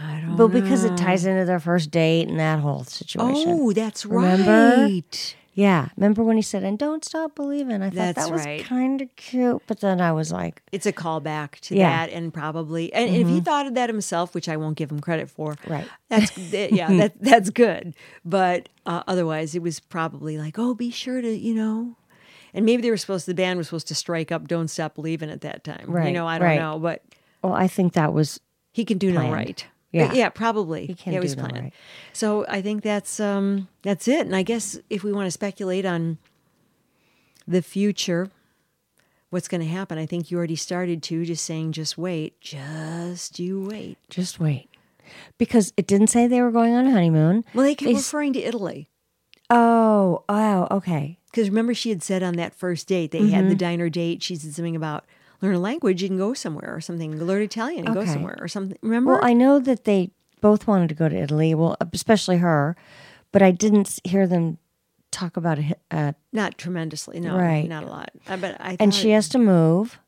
Speaker 1: I don't
Speaker 2: But because it ties into their first date and that whole situation.
Speaker 1: Oh, that's
Speaker 2: Remember?
Speaker 1: right.
Speaker 2: Yeah, remember when he said, "And don't stop believing"? I thought
Speaker 1: That's
Speaker 2: that was
Speaker 1: right.
Speaker 2: kind of cute, but then I was like,
Speaker 1: It's a callback to
Speaker 2: Yeah.
Speaker 1: that and probably and, and if he thought of that himself, which I won't give him credit for.
Speaker 2: Right.
Speaker 1: That's
Speaker 2: [LAUGHS]
Speaker 1: that- yeah, that that's good. But uh, otherwise it was probably like, "Oh, be sure to, you know, and maybe they were supposed the band was supposed to strike up Don't Stop Believing at that time. You
Speaker 2: Right,
Speaker 1: know, I don't
Speaker 2: right.
Speaker 1: know, but
Speaker 2: "Well, I think that was
Speaker 1: He can do no
Speaker 2: Planned.
Speaker 1: right.
Speaker 2: Yeah.
Speaker 1: But yeah, probably. He
Speaker 2: can
Speaker 1: yeah, it
Speaker 2: do
Speaker 1: was
Speaker 2: no
Speaker 1: planned.
Speaker 2: right.
Speaker 1: So I think that's um, that's it. And I guess if we want to speculate on the future, what's going to happen? I think you already started to just saying, just wait, just you wait.
Speaker 2: just wait," because it didn't say they were going on a honeymoon.
Speaker 1: Well, they kept
Speaker 2: They s-
Speaker 1: referring to Italy
Speaker 2: Oh, oh, okay.
Speaker 1: because remember she had said on that first date they had
Speaker 2: Mm-hmm.
Speaker 1: the diner date. She said something about learn a language, you can go somewhere or something. Learn Italian and go
Speaker 2: Okay.
Speaker 1: somewhere or something. Remember?
Speaker 2: Well, I know that they both wanted to go to Italy. Well, especially her, but I didn't s- hear them talk about it. Uh,
Speaker 1: not tremendously. No,
Speaker 2: Right.
Speaker 1: not a lot. Uh, But I
Speaker 2: and
Speaker 1: thought-
Speaker 2: she has to move,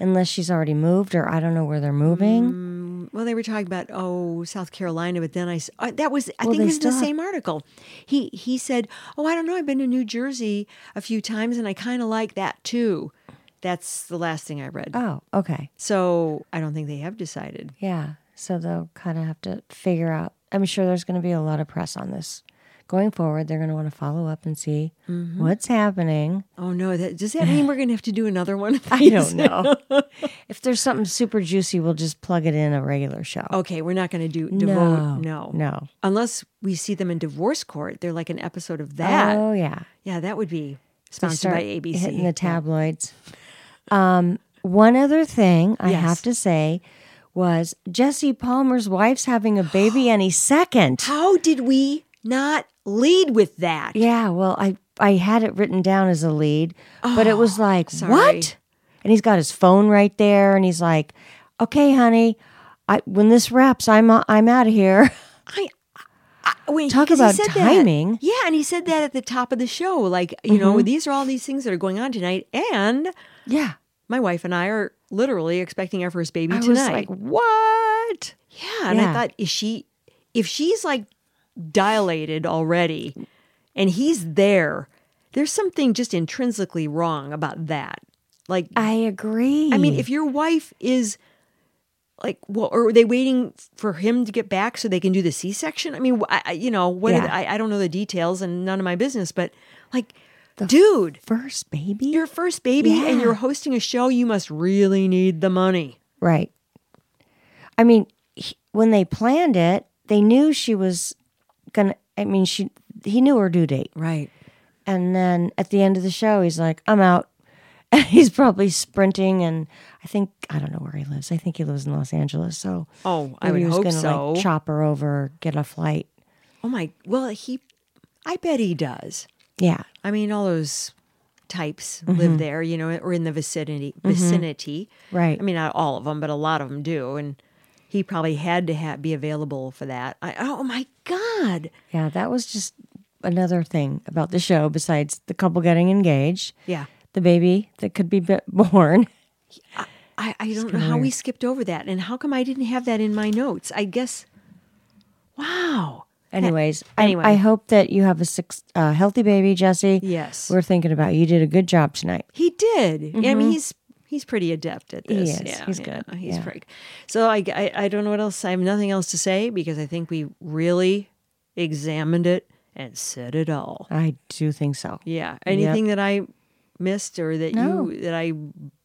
Speaker 2: unless she's already moved, or I don't know where they're moving.
Speaker 1: Well, they were talking about oh South Carolina, but then I s- uh, that was I
Speaker 2: Well,
Speaker 1: think it
Speaker 2: they
Speaker 1: was the
Speaker 2: still have-
Speaker 1: same article. He he said, oh I don't know, I've been to New Jersey a few times, and I kind of like that too. That's the last thing I read.
Speaker 2: Oh, okay.
Speaker 1: so I don't think they have decided.
Speaker 2: Yeah. So they'll kind of have to figure out. I'm sure there's going to be a lot of press on this going forward. They're going to want to follow up and see
Speaker 1: Mm-hmm. [LAUGHS]
Speaker 2: what's happening.
Speaker 1: Oh no, that, does that mean we're going to have to do another one? of
Speaker 2: I
Speaker 1: these?
Speaker 2: don't know. if there's something super juicy, we'll just plug it in a regular show.
Speaker 1: Okay, we're not going to do devote. No,
Speaker 2: no, no.
Speaker 1: Unless we see them in divorce court, they're like an episode of that.
Speaker 2: Oh yeah.
Speaker 1: yeah, that would be
Speaker 2: They
Speaker 1: sponsored
Speaker 2: start
Speaker 1: by ABC.
Speaker 2: hitting the tabloids. Um, one other thing I
Speaker 1: Yes.
Speaker 2: have to say was Jesse Palmer's wife's having
Speaker 1: [GASPS]
Speaker 2: a baby any second.
Speaker 1: How did we not lead with that?
Speaker 2: Yeah, well, I I had it written down as a lead, but it was like
Speaker 1: sorry.
Speaker 2: what? And he's got his phone right there, and he's like, "Okay, honey, I when this wraps, I'm uh, I'm out of here." [LAUGHS]
Speaker 1: I, I wait,
Speaker 2: Talk
Speaker 1: 'cause he
Speaker 2: about
Speaker 1: said that.
Speaker 2: timing. Mm-hmm.
Speaker 1: Yeah, and he said that at the top of the show, like you know, these are all these things that are going on tonight, and
Speaker 2: Yeah,
Speaker 1: my wife and I are literally expecting our first baby
Speaker 2: I was
Speaker 1: tonight.
Speaker 2: like, "What?"
Speaker 1: yeah, and I
Speaker 2: Yeah.
Speaker 1: thought, is she? If she's like dilated already, and he's there, there's something just intrinsically wrong about that. Like,
Speaker 2: I agree.
Speaker 1: I mean, if your wife is like, well, or are they waiting for him to get back so they can do the C-section? I mean, wh- I, I- you know, what? are
Speaker 2: Yeah.
Speaker 1: the- I, I don't know the details and none of my business, but like, dude,
Speaker 2: first baby,
Speaker 1: your first baby and
Speaker 2: Yeah.
Speaker 1: you're hosting a show, you must really need the money.
Speaker 2: right? I mean, he, when they planned it, they knew she was gonna. I mean, she he knew her due date.
Speaker 1: Right.
Speaker 2: And then at the end of the show, he's like, I'm out. [LAUGHS] And he's probably sprinting. And I think, I don't know where he lives. I think he lives in Los Angeles. So
Speaker 1: Oh, I
Speaker 2: maybe
Speaker 1: would
Speaker 2: he was
Speaker 1: hope
Speaker 2: gonna,
Speaker 1: so.
Speaker 2: Like, chop her over, get a flight.
Speaker 1: oh my, well, he, I bet he does.
Speaker 2: Yeah.
Speaker 1: I mean, all those types live there, you know, or in the vicinity. Vicinity,
Speaker 2: Mm-hmm. Right.
Speaker 1: I mean, not all of them, but a lot of them do, and he probably had to ha- be available for that. I, oh my God!
Speaker 2: Yeah. That was just another thing about the show besides the couple getting engaged,
Speaker 1: Yeah,
Speaker 2: the baby that could be b- [LAUGHS]
Speaker 1: [LAUGHS]
Speaker 2: born.
Speaker 1: I, I don't know how we skipped over that, and how come I didn't have that in my notes? I guess. Wow.
Speaker 2: Anyways,
Speaker 1: Anyway.
Speaker 2: I, I hope that you have a six, uh, healthy baby, Jesse.
Speaker 1: Yes,
Speaker 2: We're thinking about you. You did a good job tonight.
Speaker 1: he did. I mean, he's he's pretty adept at this.
Speaker 2: Mm-hmm. is.
Speaker 1: Yeah,
Speaker 2: He's
Speaker 1: yeah,
Speaker 2: good.
Speaker 1: He's
Speaker 2: Yeah.
Speaker 1: pretty. So I, I I don't know what else. I have nothing else to say because I think we really examined it and said it all.
Speaker 2: I do think so.
Speaker 1: Yeah. Anything that I missed or that
Speaker 2: No.
Speaker 1: you that I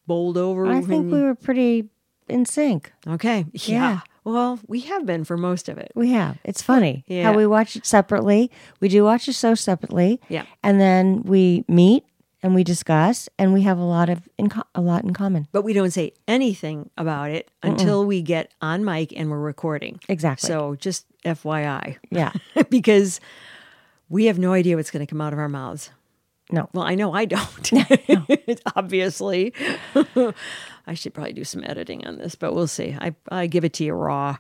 Speaker 1: bowled over?
Speaker 2: I
Speaker 1: when
Speaker 2: think
Speaker 1: you-
Speaker 2: we were pretty in sync.
Speaker 1: Okay. Yeah.
Speaker 2: Yeah.
Speaker 1: Well, we have been for most of it.
Speaker 2: We have. It's funny
Speaker 1: Yeah.
Speaker 2: how we watch it separately. We do watch the show separately.
Speaker 1: Yeah.
Speaker 2: And then we meet and we discuss and we have a lot of in co- a lot in common.
Speaker 1: But we don't say anything about it until we get on mic and we're recording. [LAUGHS]
Speaker 2: Exactly.
Speaker 1: So just FYI,
Speaker 2: Yeah.
Speaker 1: [LAUGHS] because we have no idea what's going to come out of our mouths.
Speaker 2: No.
Speaker 1: Well, I know I
Speaker 2: [LAUGHS]
Speaker 1: don't. [LAUGHS] Obviously, I should probably do some editing on this, but we'll see. I I give it to you raw,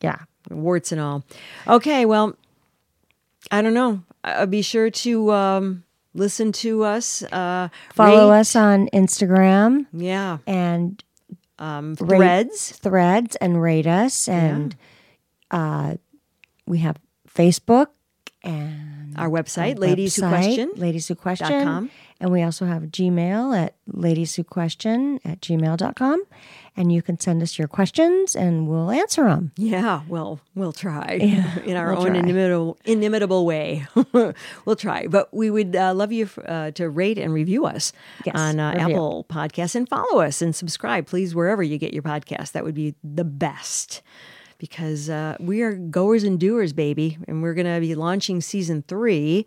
Speaker 2: Yeah.
Speaker 1: warts and all. Okay, well, I don't know. Uh, be sure to um, listen to us. Uh,
Speaker 2: Follow
Speaker 1: rate-
Speaker 2: us on Instagram
Speaker 1: Yeah,
Speaker 2: and
Speaker 1: um,
Speaker 2: rate-
Speaker 1: threads.
Speaker 2: threads and rate us and uh, we have Facebook and
Speaker 1: Our website, ladies who
Speaker 2: website,
Speaker 1: question.
Speaker 2: ladies who question
Speaker 1: com.
Speaker 2: and we also have gmail at ladies who question at gmail.com and you can send us your questions and we'll answer them
Speaker 1: Yeah, well, we'll try [LAUGHS] in our
Speaker 2: we'll
Speaker 1: own
Speaker 2: try.
Speaker 1: inimitable, inimitable way. [LAUGHS] we'll try, but we would uh, love you f- uh, to rate and review us
Speaker 2: Yes,
Speaker 1: on uh,
Speaker 2: review.
Speaker 1: Apple Podcasts and follow us and subscribe, please, wherever you get your podcast. That would be the best because uh, we are goers and doers, baby, and we're going to be launching season three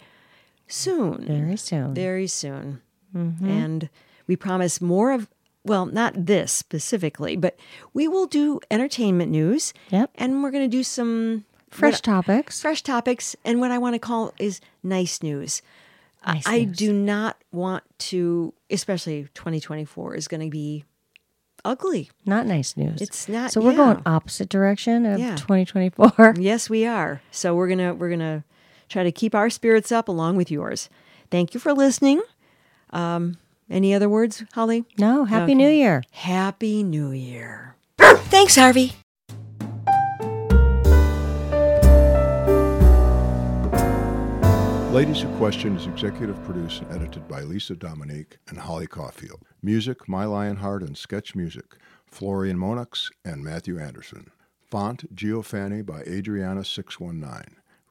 Speaker 1: soon
Speaker 2: very soon
Speaker 1: very soon.
Speaker 2: Mm-hmm.
Speaker 1: And we promise more of, well, not this specifically, but we will do entertainment news.
Speaker 2: Yep.
Speaker 1: And we're going to do some
Speaker 2: fresh
Speaker 1: what-
Speaker 2: topics
Speaker 1: fresh topics and what I want to call is nice news. I-
Speaker 2: Nice
Speaker 1: I
Speaker 2: news.
Speaker 1: do not want to, especially 2024 is going to be ugly.
Speaker 2: not nice news
Speaker 1: It's not-
Speaker 2: so we're
Speaker 1: yeah.
Speaker 2: going opposite direction of
Speaker 1: Yeah. [LAUGHS]
Speaker 2: 2024
Speaker 1: Yes, we are. So we're gonna we're gonna try to keep our spirits up along with yours. Thank you for listening. Um, any other words, Holly?
Speaker 2: no happy new year
Speaker 1: Happy New Year. Thanks, Harvey.
Speaker 3: Ladies Who Question is executive produced and edited by Lisa Dominique and Holly Caulfield. Music, My Lionheart and Sketch Music, Florian Monax and Matthew Anderson. Font, Geofani by Adriana619.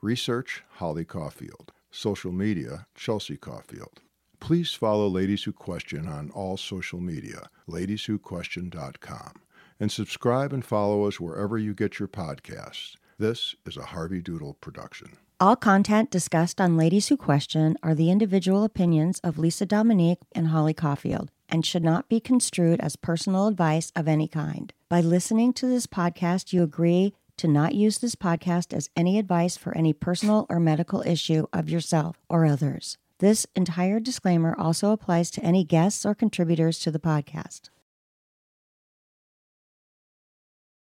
Speaker 3: Research, Holly Caulfield. Social media, Chelsea Caulfield. Please follow Ladies Who Question on all social media, ladieswhoquestion.com, and subscribe and follow us wherever you get your podcasts. This is a Harvey Doodle production.
Speaker 2: All content discussed on Ladies Who Question are the individual opinions of Lisa Dominique and Holly Caulfield and should not be construed as personal advice of any kind. By listening to this podcast, you agree to not use this podcast as any advice for any personal or medical issue of yourself or others. This entire disclaimer also applies to any guests or contributors to the podcast.